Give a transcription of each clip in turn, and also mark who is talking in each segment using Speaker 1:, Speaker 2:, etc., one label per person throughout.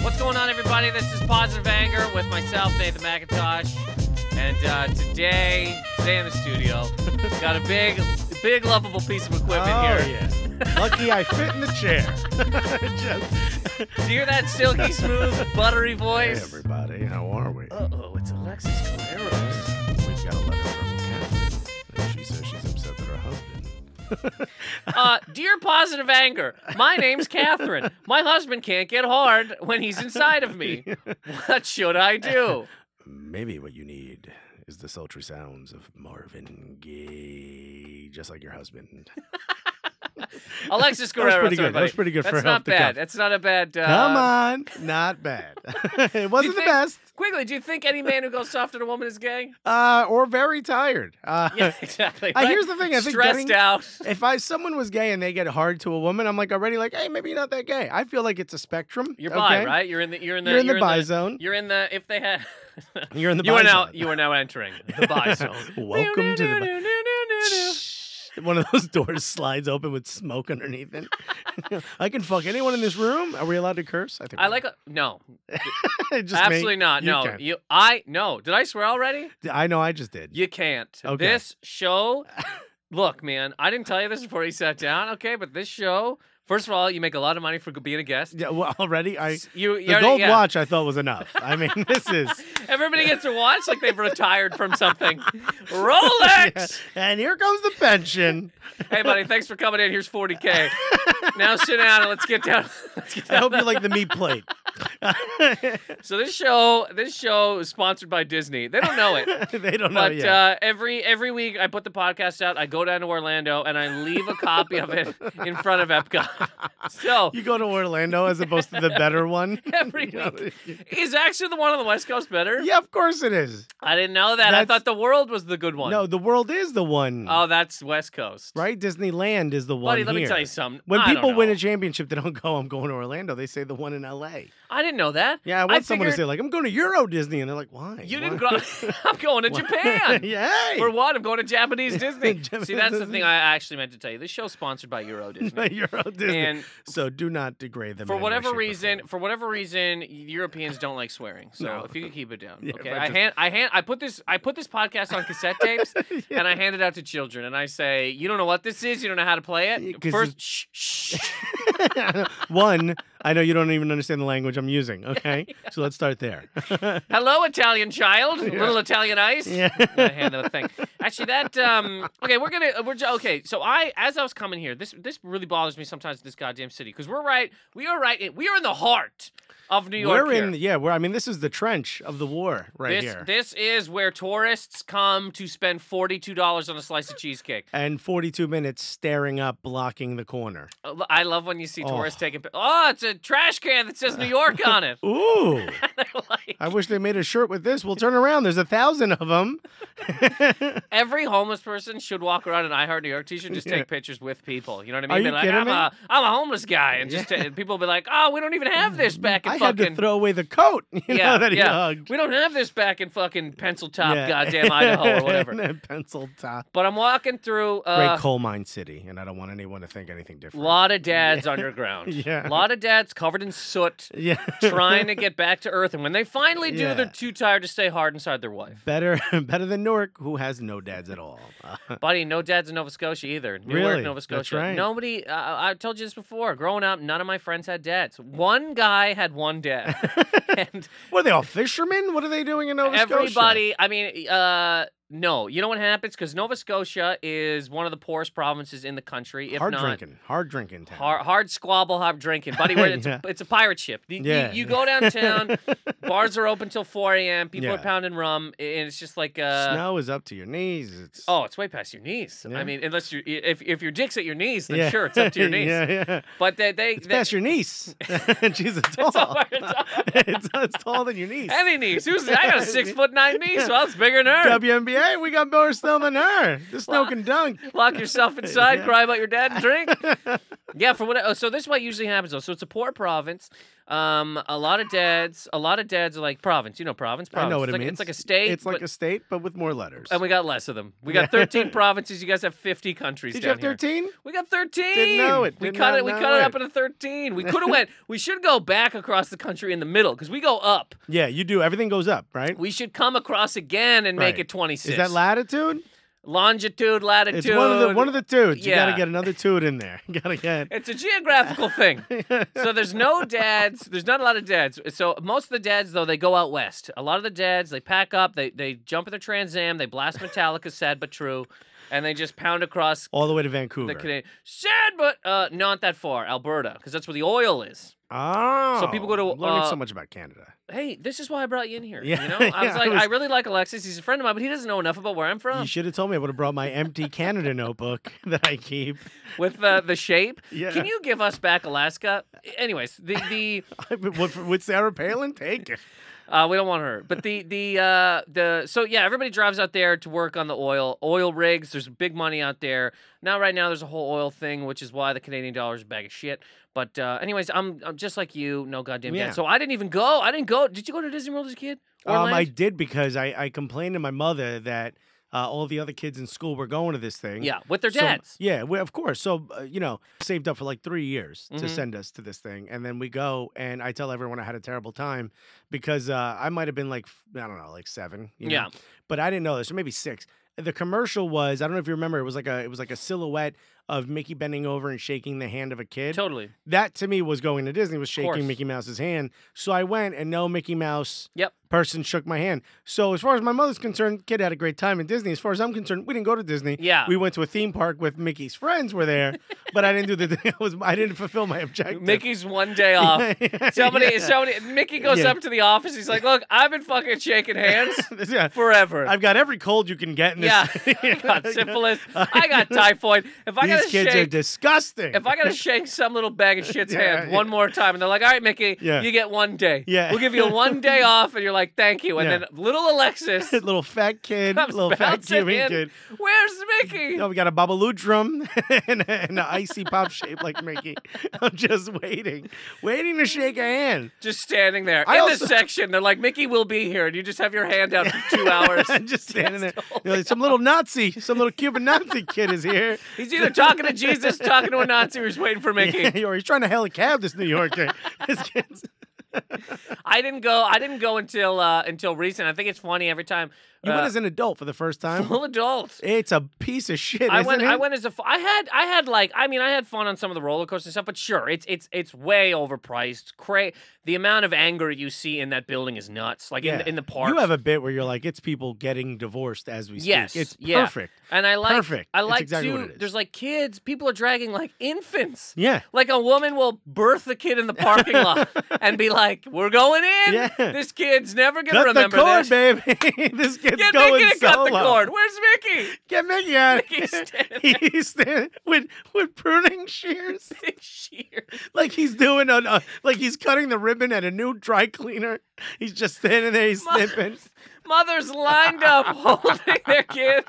Speaker 1: What's going on, everybody? This is Positive Anger with myself, Nathan McIntosh, and uh, today, today in the studio, got a big, big lovable piece of equipment
Speaker 2: oh,
Speaker 1: here.
Speaker 2: yeah. Lucky I fit in the chair. Just,
Speaker 1: Do you hear that silky smooth, buttery
Speaker 2: hey,
Speaker 1: voice?
Speaker 2: everybody, how are we?
Speaker 1: uh oh, it's Alexis Caleros.
Speaker 2: We've got a letter from Catherine, and she says she's upset that her husband.
Speaker 1: Uh, dear Positive Anger, my name's Catherine. My husband can't get hard when he's inside of me. What should I do?
Speaker 2: Maybe what you need is the sultry sounds of Marvin Gaye, just like your husband.
Speaker 1: Alexis
Speaker 2: That was
Speaker 1: Guerrero.
Speaker 2: pretty
Speaker 1: that's
Speaker 2: good. That was
Speaker 1: everybody.
Speaker 2: pretty good
Speaker 1: That's
Speaker 2: for
Speaker 1: not
Speaker 2: off the cuff.
Speaker 1: bad. That's not a bad. Uh,
Speaker 2: Come on, not bad. it wasn't
Speaker 1: think-
Speaker 2: the best,
Speaker 1: Quigley, do you think any man who goes soft on a woman is gay?
Speaker 2: uh, or very tired. Uh,
Speaker 1: Yeah, exactly.
Speaker 2: I-
Speaker 1: right?
Speaker 2: here's the thing. I think
Speaker 1: stressed
Speaker 2: getting-
Speaker 1: out.
Speaker 2: If I someone was gay and they get hard to a woman, I'm like already like, hey, maybe you're not that gay. I feel like it's a spectrum.
Speaker 1: You're bi,
Speaker 2: okay?
Speaker 1: right? You're in the. You're in the.
Speaker 2: You're in the
Speaker 1: you're
Speaker 2: bi zone.
Speaker 1: You're in the. If they had.
Speaker 2: You're in the
Speaker 1: you
Speaker 2: bi
Speaker 1: are now.
Speaker 2: zone.
Speaker 1: You are now entering the bi zone.
Speaker 2: Welcome to the bi- One of those doors slides open with smoke underneath it. I can fuck anyone in this room. Are we allowed to curse? I think
Speaker 1: I
Speaker 2: we
Speaker 1: like. A, no,
Speaker 2: are. Just me.
Speaker 1: absolutely not.
Speaker 2: You
Speaker 1: no,
Speaker 2: can.
Speaker 1: you. I no. Did I swear already?
Speaker 2: I know. I just did.
Speaker 1: You can't.
Speaker 2: Okay.
Speaker 1: This show. Look, man. I didn't tell you this before you sat down. Okay, but this show. First of all, you make a lot of money for being a guest.
Speaker 2: Yeah, well, already. I
Speaker 1: you, you
Speaker 2: the
Speaker 1: already-
Speaker 2: gold
Speaker 1: yeah.
Speaker 2: watch I thought was enough. I mean, this is
Speaker 1: Everybody gets to watch like they've retired from something.
Speaker 2: Yeah.
Speaker 1: Rolex.
Speaker 2: And here comes the pension.
Speaker 1: Hey, buddy, thanks for coming in. Here's 40k. Now sit down and let's get down. Let's get
Speaker 2: I
Speaker 1: down.
Speaker 2: hope you like the meat plate.
Speaker 1: So this show, this show is sponsored by Disney. They don't know it.
Speaker 2: they don't know
Speaker 1: But
Speaker 2: yet.
Speaker 1: uh, every every week, I put the podcast out. I go down to Orlando and I leave a copy of it in front of Epcot. So
Speaker 2: you go to Orlando as opposed to the better one.
Speaker 1: every
Speaker 2: You know,
Speaker 1: week is actually the one on the West Coast better.
Speaker 2: yeah, of course it is.
Speaker 1: I didn't know that. I
Speaker 2: That's-
Speaker 1: thought the world was the good one.
Speaker 2: No, the world is the one.
Speaker 1: Oh, that's West Coast.
Speaker 2: right? Disneyland is the one.
Speaker 1: Buddy, let me
Speaker 2: here.
Speaker 1: tell you something.
Speaker 2: When
Speaker 1: I don't
Speaker 2: people win
Speaker 1: know.
Speaker 2: a championship, they don't go, I'm going to Orlando. They say the one in LA.
Speaker 1: I didn't know that.
Speaker 2: Yeah, I
Speaker 1: I
Speaker 2: want someone to
Speaker 1: figured-
Speaker 2: say, like, I'm going to Euro Disney. And they're like, why?
Speaker 1: You
Speaker 2: Why?"
Speaker 1: didn't grow. I'm going to
Speaker 2: Why?
Speaker 1: Japan.
Speaker 2: Yay!
Speaker 1: For what? I'm going to Japanese Disney.
Speaker 2: Japanese
Speaker 1: See, that's the
Speaker 2: Disney.
Speaker 1: thing I actually meant to tell you. This show's sponsored by Euro Disney.
Speaker 2: Euro Disney.
Speaker 1: and
Speaker 2: so do not degrade them.
Speaker 1: for
Speaker 2: in any way,
Speaker 1: whatever
Speaker 2: shape, or
Speaker 1: reason,
Speaker 2: form.
Speaker 1: for whatever reason, Europeans don't like swearing. So
Speaker 2: No.
Speaker 1: if you could keep it down,
Speaker 2: Yeah,
Speaker 1: okay.
Speaker 2: if I
Speaker 1: I,
Speaker 2: just-
Speaker 1: hand, I hand, I put this, I put this podcast on cassette tapes, and I hand it out to children, and I say, you don't know what this is, you don't know how to play
Speaker 2: Yeah,
Speaker 1: it.
Speaker 2: 'cause
Speaker 1: First, shh, shh.
Speaker 2: one, I know you don't even understand the language I'm using, okay? So let's start there.
Speaker 1: Hello, Italian child,
Speaker 2: Yeah.
Speaker 1: little Italian ice.
Speaker 2: yeah.
Speaker 1: I hand them a thing. Actually, that um. Okay, we're gonna we're ju- okay. So I, as I was coming here, this this really bothers me sometimes. in This goddamn city, because we're right, we are right, in, we are in the heart of New York.
Speaker 2: We're
Speaker 1: here.
Speaker 2: in, yeah, we're, I mean, this is the trench of the war right
Speaker 1: this,
Speaker 2: here.
Speaker 1: This is where tourists come to spend forty two dollars on a slice of cheesecake.
Speaker 2: and 42 minutes staring up, blocking the corner.
Speaker 1: Uh, lo- I love when you see tourists
Speaker 2: Oh.
Speaker 1: taking. pi- Oh, it's a trash can that says New York on it.
Speaker 2: Ooh.
Speaker 1: They're like,
Speaker 2: I wish they made a shirt with this. We'll turn around. There's a thousand of them.
Speaker 1: Every homeless person should walk around an I Heart New York t-shirt, just take
Speaker 2: Yeah.
Speaker 1: pictures with people. You know what I mean?
Speaker 2: Are
Speaker 1: Be
Speaker 2: you
Speaker 1: like,
Speaker 2: kidding
Speaker 1: I'm
Speaker 2: me?
Speaker 1: a I'm a homeless guy, and just ta- people be like, oh, we don't even have this back in
Speaker 2: Mm, I had
Speaker 1: fucking.
Speaker 2: to throw away the coat. You
Speaker 1: yeah,
Speaker 2: know, that he
Speaker 1: yeah.
Speaker 2: hugged.
Speaker 1: We don't have this back in fucking Pencil Top,
Speaker 2: Yeah.
Speaker 1: goddamn Idaho or
Speaker 2: And
Speaker 1: whatever.
Speaker 2: then pencil top.
Speaker 1: But I'm walking through
Speaker 2: Great
Speaker 1: uh,
Speaker 2: coal mine city, and I don't want anyone to think anything
Speaker 1: a
Speaker 2: different.
Speaker 1: lot of dads underground.
Speaker 2: Yeah.
Speaker 1: A lot of dads covered in soot,
Speaker 2: yeah.
Speaker 1: trying to get back to Earth. And when they finally do,
Speaker 2: Yeah.
Speaker 1: they're too tired to stay hard inside their wife.
Speaker 2: better, better than Newark, who has no dads at all. Uh,
Speaker 1: Buddy, no dads in Nova Scotia either. Newark,
Speaker 2: Really?
Speaker 1: Nova
Speaker 2: That's
Speaker 1: Scotia.
Speaker 2: right.
Speaker 1: Nobody. Uh, I told you this before. Growing up, none of my friends had dads. One guy had one dad, and
Speaker 2: what are they all fishermen? What are they doing in Nova Scotia?
Speaker 1: everybody. I mean, uh, no. You know what happens? Because Nova Scotia is one of the poorest provinces in the country, if
Speaker 2: hard
Speaker 1: not.
Speaker 2: drinking, hard drinking town.
Speaker 1: Hard, hard squabble, hard drinking, buddy. Where it's, a, it's a pirate ship. You, you-
Speaker 2: Yeah.
Speaker 1: you, go downtown, bars are open till 4 a.m. People are
Speaker 2: Yeah.
Speaker 1: pounding rum, and it's just like uh,
Speaker 2: Snow is up to your knees. It's
Speaker 1: Oh, it's way past your knees. I
Speaker 2: Yeah.
Speaker 1: mean, unless you if if your dick's at your knees, then
Speaker 2: yeah.
Speaker 1: sure, it's up to your knees.
Speaker 2: yeah, yeah.
Speaker 1: But they they,
Speaker 2: It's
Speaker 1: they-
Speaker 2: past your niece. She's a tall.
Speaker 1: over your top.
Speaker 2: it's, it's taller than your niece.
Speaker 1: any knees. Who's I got a six foot nine knee, so that's bigger than her.
Speaker 2: WNBA, we got more snow than her. The snow can dunk.
Speaker 1: Lock yourself inside,
Speaker 2: Yeah.
Speaker 1: cry about your dad, and drink. yeah, for what? oh, So this is what usually happens though. So it's a poor province. Um, a lot of dads, a lot of dads are like province. You know, province.
Speaker 2: I
Speaker 1: province.
Speaker 2: know what
Speaker 1: it's
Speaker 2: it
Speaker 1: like,
Speaker 2: means.
Speaker 1: It's like a state.
Speaker 2: It's like
Speaker 1: but-
Speaker 2: a state, but with more letters.
Speaker 1: and we got less of them. We got
Speaker 2: Yeah.
Speaker 1: 13 provinces. You guys have 50 countries.
Speaker 2: Did you
Speaker 1: down
Speaker 2: have
Speaker 1: here.
Speaker 2: 13?
Speaker 1: We got 13.
Speaker 2: know it.
Speaker 1: We
Speaker 2: Did
Speaker 1: cut
Speaker 2: not
Speaker 1: it. We
Speaker 2: know
Speaker 1: cut it up
Speaker 2: it.
Speaker 1: into 13. We could have went. We should go back across the country in the middle because we go up.
Speaker 2: Yeah, you do. Everything goes up, right?
Speaker 1: We should come across again and make
Speaker 2: Right.
Speaker 1: it 26.
Speaker 2: Is that latitude?
Speaker 1: longitude, latitude?
Speaker 2: It's one of the one of the toots. You
Speaker 1: Yeah.
Speaker 2: gotta get another toot in there. You gotta get.
Speaker 1: It's a geographical thing. so there's no dads. There's not a lot of dads. So most of the dads though they go out west. A lot of the dads they pack up. They they jump in their Trans Am. They blast Metallica, sad but true, and they just pound across
Speaker 2: All the way to
Speaker 1: the
Speaker 2: Vancouver.
Speaker 1: Canadian. Sad but uh, not that far, Alberta, because that's where the oil is.
Speaker 2: Oh,
Speaker 1: people go to,
Speaker 2: learning
Speaker 1: uh,
Speaker 2: so much about Canada.
Speaker 1: Hey, this is why I brought you in here.
Speaker 2: Yeah,
Speaker 1: you know, I was
Speaker 2: yeah, I
Speaker 1: like, I,
Speaker 2: was-
Speaker 1: really like Alexis. He's a friend of mine, but he doesn't know enough about where I'm from.
Speaker 2: You should have told me. I would have brought my empty Canada notebook that I keep.
Speaker 1: With uh, the shape,
Speaker 2: Yeah.
Speaker 1: can you give us back Alaska? Anyways, the the.
Speaker 2: would, would Sarah Palin take it?
Speaker 1: Uh, we don't want her. But the the uh, the so yeah, everybody drives out there to work on the oil oil rigs. There's big money out there. Now right now there's a whole oil thing, which is why the Canadian dollar is a bag of shit. But uh, anyways, I'm I'm just like you, no goddamn
Speaker 2: Yeah.
Speaker 1: dad. So I didn't even go. I didn't go. Did you go to Disney World as a kid?
Speaker 2: Um, I
Speaker 1: Orlando?
Speaker 2: did because I, I complained to my mother that uh, all the other kids in school were going to this thing.
Speaker 1: yeah, with their
Speaker 2: So-
Speaker 1: dads.
Speaker 2: yeah, we, of course. So, uh, you know, saved up for like three years to
Speaker 1: Mhm.
Speaker 2: send us to this thing. And then we go, and I tell everyone I had a terrible time because uh, I might have been like, f- I don't know, like seven. you know?
Speaker 1: Yeah.
Speaker 2: But I didn't know this, or maybe six. The commercial was, I don't know if you remember, it was like a it was like a silhouette of Mickey bending over and shaking the hand of a kid.
Speaker 1: totally.
Speaker 2: That to me was going to Disney was
Speaker 1: course.
Speaker 2: shaking Mickey Mouse's hand. So I went and no Mickey Mouse
Speaker 1: Yep.
Speaker 2: person shook my hand. So as far as my mother's concerned, kid had a great time in Disney. As far as I'm concerned, we didn't go to Disney.
Speaker 1: Yeah.
Speaker 2: We went to a theme park with Mickey's friends were there, but I didn't do the I was I didn't fulfill my objective.
Speaker 1: Mickey's one day off. Somebody,
Speaker 2: Yeah.
Speaker 1: somebody. Mickey goes
Speaker 2: Yeah.
Speaker 1: up to the office. He's like, "Look, I've been fucking shaking hands
Speaker 2: yeah.
Speaker 1: forever.
Speaker 2: I've got every cold you can get in this.
Speaker 1: Yeah, I got syphilis. I got typhoid. If I
Speaker 2: These
Speaker 1: gotta
Speaker 2: kids are
Speaker 1: shake,
Speaker 2: disgusting.
Speaker 1: if I gotta shake some little bag of shit's
Speaker 2: Yeah,
Speaker 1: hand
Speaker 2: yeah.
Speaker 1: one more time, and they're like, "All right, Mickey,
Speaker 2: Yeah.
Speaker 1: you get one day.
Speaker 2: Yeah.
Speaker 1: we'll give you one day off," and you're like, "Thank you." And
Speaker 2: Yeah.
Speaker 1: then little Alexis,
Speaker 2: little fat kid,
Speaker 1: Comes
Speaker 2: little fat
Speaker 1: bouncing
Speaker 2: Cuban
Speaker 1: in.
Speaker 2: kid.
Speaker 1: where's Mickey?
Speaker 2: No, we got a Babalu drum and, and an icy pop shape like Mickey. I'm just waiting, waiting to shake a hand.
Speaker 1: Just standing there
Speaker 2: I
Speaker 1: in
Speaker 2: also-
Speaker 1: the section. They're like, "Mickey will be here," and you just have your hand out for two hours.
Speaker 2: I'm just standing there. You know, some little Nazi, some little Cuban Nazi kid is here.
Speaker 1: He's either talking to Jesus, talking to a Nazi, or he's waiting for Mickey.
Speaker 2: or he's trying to hell a cab this New Yorker. This kid's-
Speaker 1: I didn't go. I didn't go until uh, until recent. I think it's funny every time.
Speaker 2: you
Speaker 1: uh,
Speaker 2: went as an adult for the first time.
Speaker 1: full adult.
Speaker 2: It's a piece of shit,
Speaker 1: I
Speaker 2: isn't
Speaker 1: went.
Speaker 2: it?
Speaker 1: I went as a. fu- I had. I had like. I mean, I had fun on some of the roller coasters and stuff. But sure, it's it's it's way overpriced. Cra- the amount of anger you see in that building is nuts. Like in, the, in the park.
Speaker 2: You have a bit where you're like, it's people getting divorced as we speak.
Speaker 1: Yes,
Speaker 2: It's
Speaker 1: yeah.
Speaker 2: perfect.
Speaker 1: and I like.
Speaker 2: perfect.
Speaker 1: I
Speaker 2: It's
Speaker 1: like
Speaker 2: exactly
Speaker 1: too.
Speaker 2: what it is.
Speaker 1: There's like kids. People are dragging like infants.
Speaker 2: Yeah.
Speaker 1: Like a woman will birth a kid in the parking lot and be like, "We're going in.
Speaker 2: Yeah.
Speaker 1: This kid's never gonna
Speaker 2: Cut the
Speaker 1: remember
Speaker 2: cord,
Speaker 1: this."
Speaker 2: baby. this kid's
Speaker 1: Get
Speaker 2: going
Speaker 1: Mickey to cut
Speaker 2: solo.
Speaker 1: the cord. Where's Mickey?
Speaker 2: Get Mickey out of
Speaker 1: Mickey's
Speaker 2: here.
Speaker 1: standing
Speaker 2: He's standing with with pruning shears,
Speaker 1: Sheer.
Speaker 2: like he's doing on uh, like he's cutting the ribbon at a new dry cleaner. He's just standing there, he's
Speaker 1: Mother-
Speaker 2: snipping.
Speaker 1: Mothers lined up holding their kid,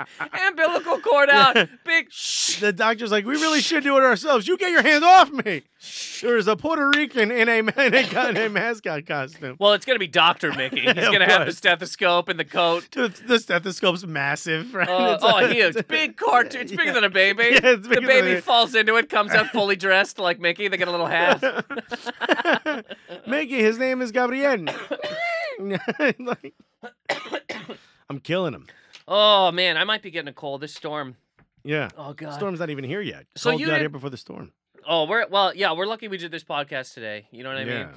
Speaker 1: umbilical cord out, big shh.
Speaker 2: The doctor's like, "We really should do it ourselves. You get your hand off me." There is a Puerto Rican in a in a, in a mascot costume.
Speaker 1: Well, it's gonna be Doctor Mickey. He's
Speaker 2: Of
Speaker 1: gonna have the
Speaker 2: course.
Speaker 1: stethoscope and the coat.
Speaker 2: The, the stethoscope's massive, right?
Speaker 1: Uh,
Speaker 2: It's a-
Speaker 1: oh, huge, big cartoon. It's bigger than a baby.
Speaker 2: Yeah, it's
Speaker 1: the
Speaker 2: bigger than a-
Speaker 1: baby falls into it, comes out fully dressed like Mickey. They get a little hat.
Speaker 2: Mickey, his name is Gabriel. Like- I'm killing him.
Speaker 1: Oh man, I might be getting a cold. This storm.
Speaker 2: Yeah.
Speaker 1: Oh god.
Speaker 2: Storm's not even here yet.
Speaker 1: So
Speaker 2: Cold
Speaker 1: you
Speaker 2: got here
Speaker 1: didn't-
Speaker 2: before the storm.
Speaker 1: Oh, we're well, yeah. We're lucky we did this podcast today. You know what I mean?
Speaker 2: Yeah.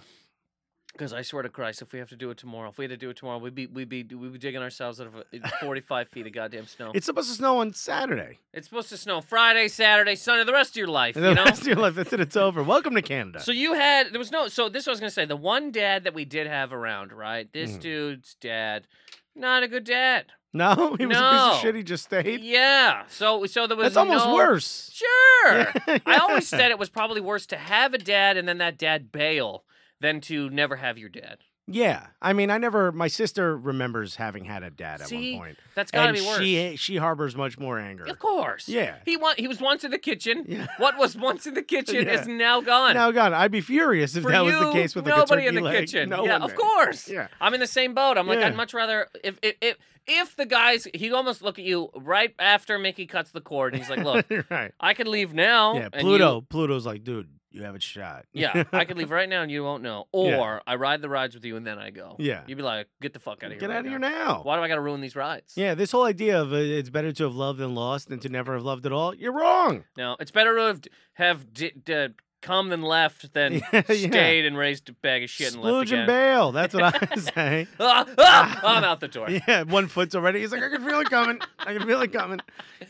Speaker 1: Because I swear to Christ, if we have to do it tomorrow, if we had to do it tomorrow, we'd be we'd be we'd be digging ourselves out of a, 45 feet of goddamn snow.
Speaker 2: It's supposed to snow on Saturday.
Speaker 1: It's supposed to snow Friday, Saturday, Sunday, the rest of your life,
Speaker 2: And
Speaker 1: you
Speaker 2: the
Speaker 1: know?
Speaker 2: rest of your life, that's it. It's over. Welcome to Canada.
Speaker 1: So you had there was no so this was I was gonna say the one dad that we did have around, right? This
Speaker 2: Mhm.
Speaker 1: dude's dad, not a good dad.
Speaker 2: no, he was a piece
Speaker 1: No.
Speaker 2: of shit. He just stayed.
Speaker 1: Yeah. So so there was
Speaker 2: that's almost
Speaker 1: no-
Speaker 2: worse.
Speaker 1: Sure.
Speaker 2: Yeah.
Speaker 1: I always said it was probably worse to have a dad and then that dad bail than to never have your dad.
Speaker 2: Yeah, I mean, I never. My sister remembers having had a dad at
Speaker 1: See?
Speaker 2: one point,
Speaker 1: That's gotta
Speaker 2: and
Speaker 1: be worse.
Speaker 2: she she harbors much more anger.
Speaker 1: Of course.
Speaker 2: Yeah.
Speaker 1: He wa- he was once in the kitchen.
Speaker 2: Yeah.
Speaker 1: What was once in the kitchen
Speaker 2: Yeah.
Speaker 1: is now gone.
Speaker 2: Now, God, I'd be furious if
Speaker 1: For
Speaker 2: that was
Speaker 1: you,
Speaker 2: the case with like, a
Speaker 1: nobody
Speaker 2: turkey
Speaker 1: in the
Speaker 2: leg.
Speaker 1: kitchen.
Speaker 2: No
Speaker 1: yeah,
Speaker 2: one
Speaker 1: of
Speaker 2: did.
Speaker 1: course.
Speaker 2: Yeah.
Speaker 1: I'm in the same boat. I'm like,
Speaker 2: Yeah.
Speaker 1: I'd much rather if if if, if the guys he almost look at you right after Mickey cuts the cord. He's like, look,
Speaker 2: right.
Speaker 1: I could leave now.
Speaker 2: Yeah,
Speaker 1: and
Speaker 2: Pluto. Pluto's like, dude, you have it shot.
Speaker 1: you- yeah, I could leave right now and you won't know. Or
Speaker 2: Yeah.
Speaker 1: I ride the rides with you and then I go.
Speaker 2: Yeah.
Speaker 1: You'd be like, get the fuck out of here.
Speaker 2: Get
Speaker 1: right
Speaker 2: out of here
Speaker 1: now.
Speaker 2: now.
Speaker 1: Why do I gotta ruin these rides?
Speaker 2: Yeah, this whole idea of uh, it's better to have loved than lost than to never have loved at all. You're wrong.
Speaker 1: No, it's better to have, have d- d- come than left than
Speaker 2: Yeah, yeah.
Speaker 1: stayed and raised a bag of shit and left
Speaker 2: Splooge and
Speaker 1: again.
Speaker 2: bail. That's what I say.
Speaker 1: ah, ah, I'm out the door.
Speaker 2: Yeah, one foot's already. He's like, I can feel it coming. I can feel it coming.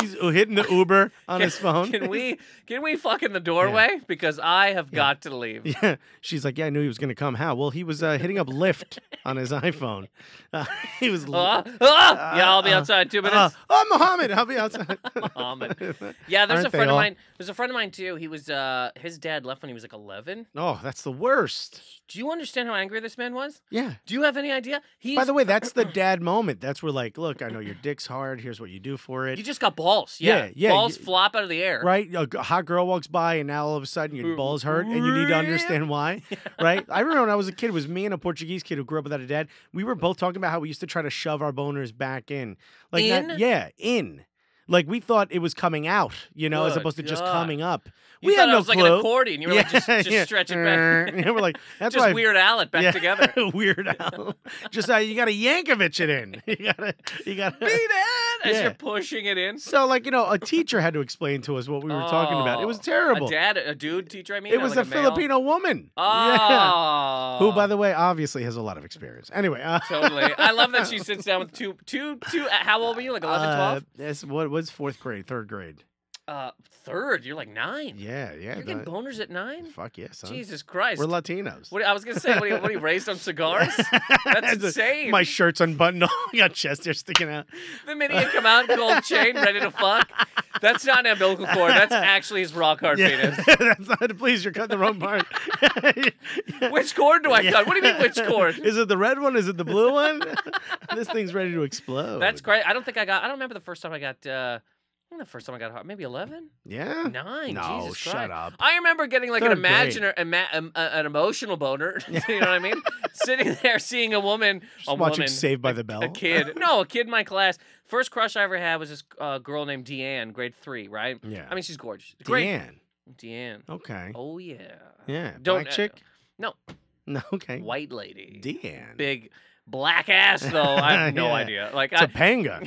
Speaker 2: He's uh, hitting the Uber on his phone.
Speaker 1: Can we can we fuck in the doorway because I have got to leave.
Speaker 2: Yeah, she's like, yeah, I knew he was gonna come. How? Well, he was uh, hitting up Lyft on his iPhone. Uh, he was.
Speaker 1: Ah, ah, yeah, I'll be
Speaker 2: uh,
Speaker 1: outside in two
Speaker 2: Uh,
Speaker 1: minutes.
Speaker 2: oh, Mohammed, I'll be outside.
Speaker 1: Mohammed. yeah, there's
Speaker 2: aren't
Speaker 1: a friend
Speaker 2: they
Speaker 1: of
Speaker 2: all?
Speaker 1: mine. There's a friend of mine too. He was uh his dad left when he was like 11.
Speaker 2: oh, that's the worst.
Speaker 1: Do you understand how angry this man was?
Speaker 2: Yeah.
Speaker 1: Do you have any idea? He's
Speaker 2: By the way, that's the dad moment. That's where, like, look, I know your dick's hard. Here's what you do for it.
Speaker 1: you just got balls. Yeah,
Speaker 2: Yeah, yeah,
Speaker 1: balls
Speaker 2: you-
Speaker 1: flop out of the air.
Speaker 2: right? A g- hot girl walks by, and now all of a sudden your
Speaker 1: Mm.
Speaker 2: balls hurt, and you need to understand why, right? I remember when I was a kid, it was me and a Portuguese kid who grew up without a dad. We were both talking about how we used to try to shove our boners back in, like
Speaker 1: In?
Speaker 2: That, yeah, in. Like we thought it was coming out, you know, as
Speaker 1: Good
Speaker 2: opposed to just
Speaker 1: God.
Speaker 2: coming up.
Speaker 1: You
Speaker 2: we
Speaker 1: thought
Speaker 2: had
Speaker 1: it
Speaker 2: no
Speaker 1: was like
Speaker 2: clue.
Speaker 1: an accordion. You were like, just, just
Speaker 2: yeah.
Speaker 1: stretch it back.
Speaker 2: Yeah, we're like, that's
Speaker 1: just
Speaker 2: why
Speaker 1: Weird Al it back
Speaker 2: yeah.
Speaker 1: together.
Speaker 2: Weird Al. Just uh, you got to Yankovic it in. You got to, you got
Speaker 1: Beat
Speaker 2: to.
Speaker 1: it as
Speaker 2: Yeah.
Speaker 1: you're pushing it in.
Speaker 2: So, like you know, a teacher had to explain to us what we were talking about. It was
Speaker 1: Oh,
Speaker 2: terrible.
Speaker 1: A dad, a dude teacher. I mean,
Speaker 2: It
Speaker 1: or
Speaker 2: was
Speaker 1: like
Speaker 2: a
Speaker 1: male?
Speaker 2: Filipino woman. Yeah.
Speaker 1: Oh,
Speaker 2: Who, by the way, obviously has a lot of experience. Anyway, uh,
Speaker 1: totally. I love that she sits down with two, two, two. uh, How old were you? Like 11,
Speaker 2: uh,
Speaker 1: 12?
Speaker 2: That's what was fourth grade, third grade.
Speaker 1: Uh, third. You're like nine.
Speaker 2: Yeah, yeah.
Speaker 1: you're getting
Speaker 2: the-
Speaker 1: boners at nine.
Speaker 2: fuck yeah, son.
Speaker 1: Jesus Christ.
Speaker 2: We're Latinos.
Speaker 1: what, I was gonna say, what, do you- what do you raised on cigars? That's insane.
Speaker 2: My shirt's unbuttoned. I got chest hair sticking out.
Speaker 1: the minute you come out, gold chain, ready to fuck. That's not an umbilical cord. That's actually his rock hard penis.
Speaker 2: that's not. Please, you're cutting the wrong part.
Speaker 1: Which cord do I cut? What do you mean, which cord?
Speaker 2: Is it the red one? Is it the blue one? this thing's ready to explode.
Speaker 1: That's great. I don't think I got. I don't remember the first time I got. Uh, I think the first time I got hard. Maybe eleven,
Speaker 2: Yeah.
Speaker 1: nine.
Speaker 2: no,
Speaker 1: Jesus
Speaker 2: shut
Speaker 1: Christ.
Speaker 2: up.
Speaker 1: I remember getting like an
Speaker 2: Third grade.
Speaker 1: imaginer, ima- um, uh, an emotional boner. you know what I mean? Sitting there, seeing a woman,
Speaker 2: Just
Speaker 1: a
Speaker 2: watching
Speaker 1: woman,
Speaker 2: Saved by the Bell.
Speaker 1: a kid. No, a kid in my class. First crush I ever had was this uh, girl named Deanne, grade three. Right?
Speaker 2: Yeah.
Speaker 1: I mean, she's gorgeous. Great,
Speaker 2: Deanne.
Speaker 1: Deanne.
Speaker 2: Okay.
Speaker 1: Oh yeah.
Speaker 2: Yeah.
Speaker 1: Don't- uh,
Speaker 2: Black chick?
Speaker 1: no.
Speaker 2: No, okay.
Speaker 1: White lady.
Speaker 2: Deanne.
Speaker 1: Big black ass though. I have no
Speaker 2: Yeah.
Speaker 1: idea. Like I,
Speaker 2: Topanga.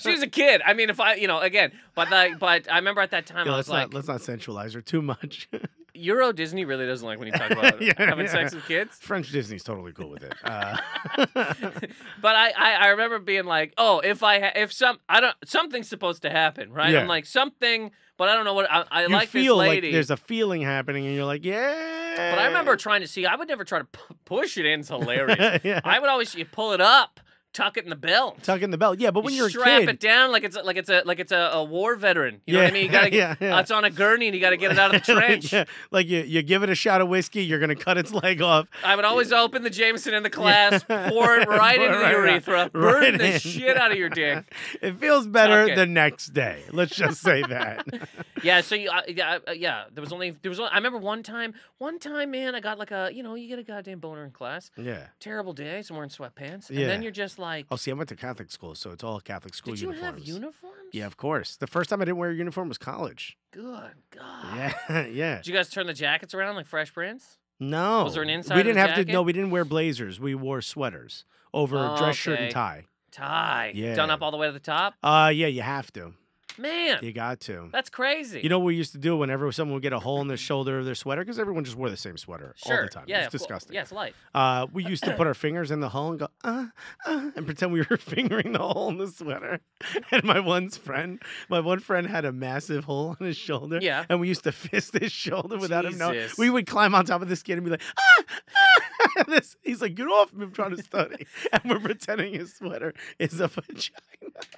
Speaker 1: She was a kid. I mean, if I, you know, again, but like, but I remember at that time
Speaker 2: Yeah,
Speaker 1: I
Speaker 2: let's
Speaker 1: was like,
Speaker 2: not let's not sensualize her too much.
Speaker 1: Euro Disney really doesn't like when you talk about
Speaker 2: Yeah,
Speaker 1: having
Speaker 2: yeah.
Speaker 1: sex with kids.
Speaker 2: French Disney's totally cool with it. Uh,
Speaker 1: But I, I, I remember being like, oh, if I, ha- if some, I don't, something's supposed to happen, right?
Speaker 2: Yeah.
Speaker 1: I'm like something, but I don't know what. I, I
Speaker 2: you
Speaker 1: like this
Speaker 2: feel
Speaker 1: lady.
Speaker 2: like there's a feeling happening, and you're like, yeah.
Speaker 1: but I remember trying to see. I would never try to p- push it in. It's hilarious.
Speaker 2: yeah.
Speaker 1: I would always you pull it up, tuck it in the belt.
Speaker 2: tucking the belt. Yeah, but when
Speaker 1: you
Speaker 2: you're a
Speaker 1: strap
Speaker 2: kid,
Speaker 1: it down like it's a, like it's a like it's a, a war veteran. You know what I
Speaker 2: Yeah,
Speaker 1: mean? You gotta
Speaker 2: yeah, yeah.
Speaker 1: Uh, it's on a gurney and you gotta get it out of the trench.
Speaker 2: like, yeah, like you, you give it a shot of whiskey, you're gonna cut its leg off.
Speaker 1: I would always open the Jameson in the class, pour it
Speaker 2: Pour
Speaker 1: right
Speaker 2: it
Speaker 1: into the
Speaker 2: right out.
Speaker 1: urethra, burn
Speaker 2: Right
Speaker 1: the
Speaker 2: in.
Speaker 1: shit out of your dick.
Speaker 2: It feels better
Speaker 1: Tuck it.
Speaker 2: the next day. Let's just say that.
Speaker 1: Yeah, so you, uh, yeah, uh, yeah. There was only there was. Only, I remember one time, one time, man, I got like a you know you get a goddamn boner in class.
Speaker 2: yeah.
Speaker 1: Terrible day, so I'm wearing sweatpants, and
Speaker 2: Yeah.
Speaker 1: then you're just like,
Speaker 2: Oh, see, I went to Catholic school, so it's all Catholic school
Speaker 1: did you
Speaker 2: uniforms.
Speaker 1: have uniforms?
Speaker 2: yeah, of course. The first time I didn't wear a uniform was college.
Speaker 1: Good God.
Speaker 2: Yeah, yeah.
Speaker 1: Did you guys turn the jackets around like Fresh Prince?
Speaker 2: No.
Speaker 1: there an inside
Speaker 2: We
Speaker 1: of the
Speaker 2: didn't have
Speaker 1: jacket?
Speaker 2: to. No, we didn't wear blazers. We wore sweaters over a
Speaker 1: Oh,
Speaker 2: dress shirt and
Speaker 1: okay.
Speaker 2: tie.
Speaker 1: Tie done
Speaker 2: Yeah.
Speaker 1: up all the way to the top.
Speaker 2: Uh, yeah, you have to.
Speaker 1: Man,
Speaker 2: You got to.
Speaker 1: that's crazy.
Speaker 2: You know what we used to do whenever someone would get a hole in the shoulder of their sweater because everyone just wore the same sweater
Speaker 1: sure.
Speaker 2: all the time.
Speaker 1: Yeah,
Speaker 2: it's
Speaker 1: of cour-
Speaker 2: disgusting.
Speaker 1: Yeah, it's life.
Speaker 2: Uh, we used to put our fingers in the hole and go, uh, uh, and pretend we were fingering the hole in the sweater. And my one's friend, my one friend had a massive hole on his shoulder.
Speaker 1: Yeah.
Speaker 2: And we used to fist his shoulder without him knowing.
Speaker 1: Jesus.
Speaker 2: We would climb on top of this kid and be like, ah, this, he's like, get off me! I'm trying to study, and we're pretending his sweater is a vagina.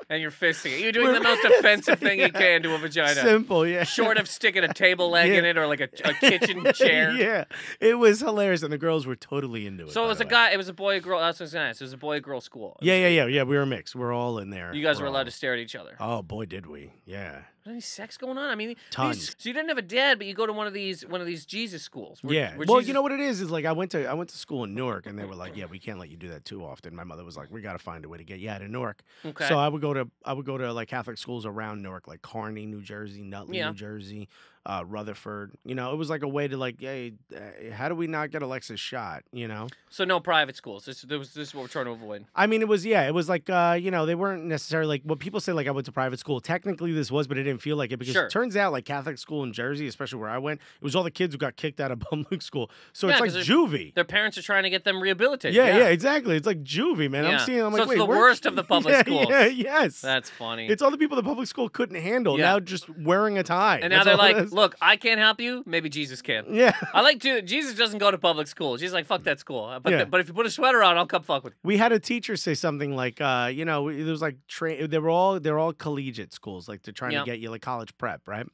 Speaker 1: and you're fisting it. You're doing the most
Speaker 2: We're-
Speaker 1: offensive thing you
Speaker 2: Yeah.
Speaker 1: can to a vagina.
Speaker 2: Simple, yeah.
Speaker 1: Short of sticking a table leg in
Speaker 2: Yeah.
Speaker 1: it or like a, a kitchen chair.
Speaker 2: yeah, it was hilarious, and the girls were totally into it.
Speaker 1: So it
Speaker 2: by
Speaker 1: was
Speaker 2: the
Speaker 1: a
Speaker 2: way.
Speaker 1: guy. It was a boy girl. That's what I was gonna ask. It was a boy girl school.
Speaker 2: Yeah, yeah, yeah, yeah. We were mixed. We're all in there.
Speaker 1: You guys were allowed
Speaker 2: all-
Speaker 1: to stare at each other.
Speaker 2: Oh boy, did we! Yeah,
Speaker 1: Was any sex going on? I mean, these-
Speaker 2: Tons.
Speaker 1: so you didn't have a dad, but you go to one of these one of these Jesus schools. where-
Speaker 2: yeah.
Speaker 1: where
Speaker 2: well,
Speaker 1: Jesus-
Speaker 2: you know what it is is like I went to I went to school in Newark, and they were like, "Yeah, we can't let you do that too often." My mother was like, "We got to find a way to get you out of Newark."
Speaker 1: Okay.
Speaker 2: So I would go to I would go to like Catholic schools around Newark, like Kearney, New Jersey, Nutley,
Speaker 1: Yeah.
Speaker 2: New Jersey, uh, Rutherford. You know, it was like a way to like, hey, uh, how do we not get Alexis shot? You know,
Speaker 1: so no private schools. This, this, this is what we're trying to avoid.
Speaker 2: I mean, it was yeah, it was like uh, you know, they weren't necessarily like what people say like I went to private school. Technically, this was, but it didn't feel like it because
Speaker 1: Sure.
Speaker 2: it turns out like Catholic school in Jersey, especially where I went, it was all the kids who got kicked out of public school. So
Speaker 1: Yeah,
Speaker 2: it's
Speaker 1: 'cause
Speaker 2: like
Speaker 1: they're-
Speaker 2: juvie.
Speaker 1: Their parents are trying to get them rehabilitated.
Speaker 2: Yeah, yeah, exactly. It's like juvie, man.
Speaker 1: Yeah.
Speaker 2: I'm seeing. I'm
Speaker 1: So
Speaker 2: like,
Speaker 1: it's
Speaker 2: wait,
Speaker 1: the
Speaker 2: we're-
Speaker 1: worst of the public
Speaker 2: yeah,
Speaker 1: schools.
Speaker 2: Yeah, yes.
Speaker 1: That's funny.
Speaker 2: It's all the people the public school couldn't handle.
Speaker 1: Yeah.
Speaker 2: Now just wearing a tie.
Speaker 1: and now
Speaker 2: That's
Speaker 1: they're
Speaker 2: all it
Speaker 1: like,
Speaker 2: is.
Speaker 1: look, I can't help you. Maybe Jesus can.
Speaker 2: yeah.
Speaker 1: I like to. Jesus doesn't go to public school. She's like, fuck that school. Uh, But,
Speaker 2: Yeah.
Speaker 1: th- but if you put a sweater on, I'll come fuck with you.
Speaker 2: We had a teacher say something like, uh, you know, it was like tra- they were all they're all collegiate schools, like they're trying
Speaker 1: Yeah.
Speaker 2: to get you like college prep, right?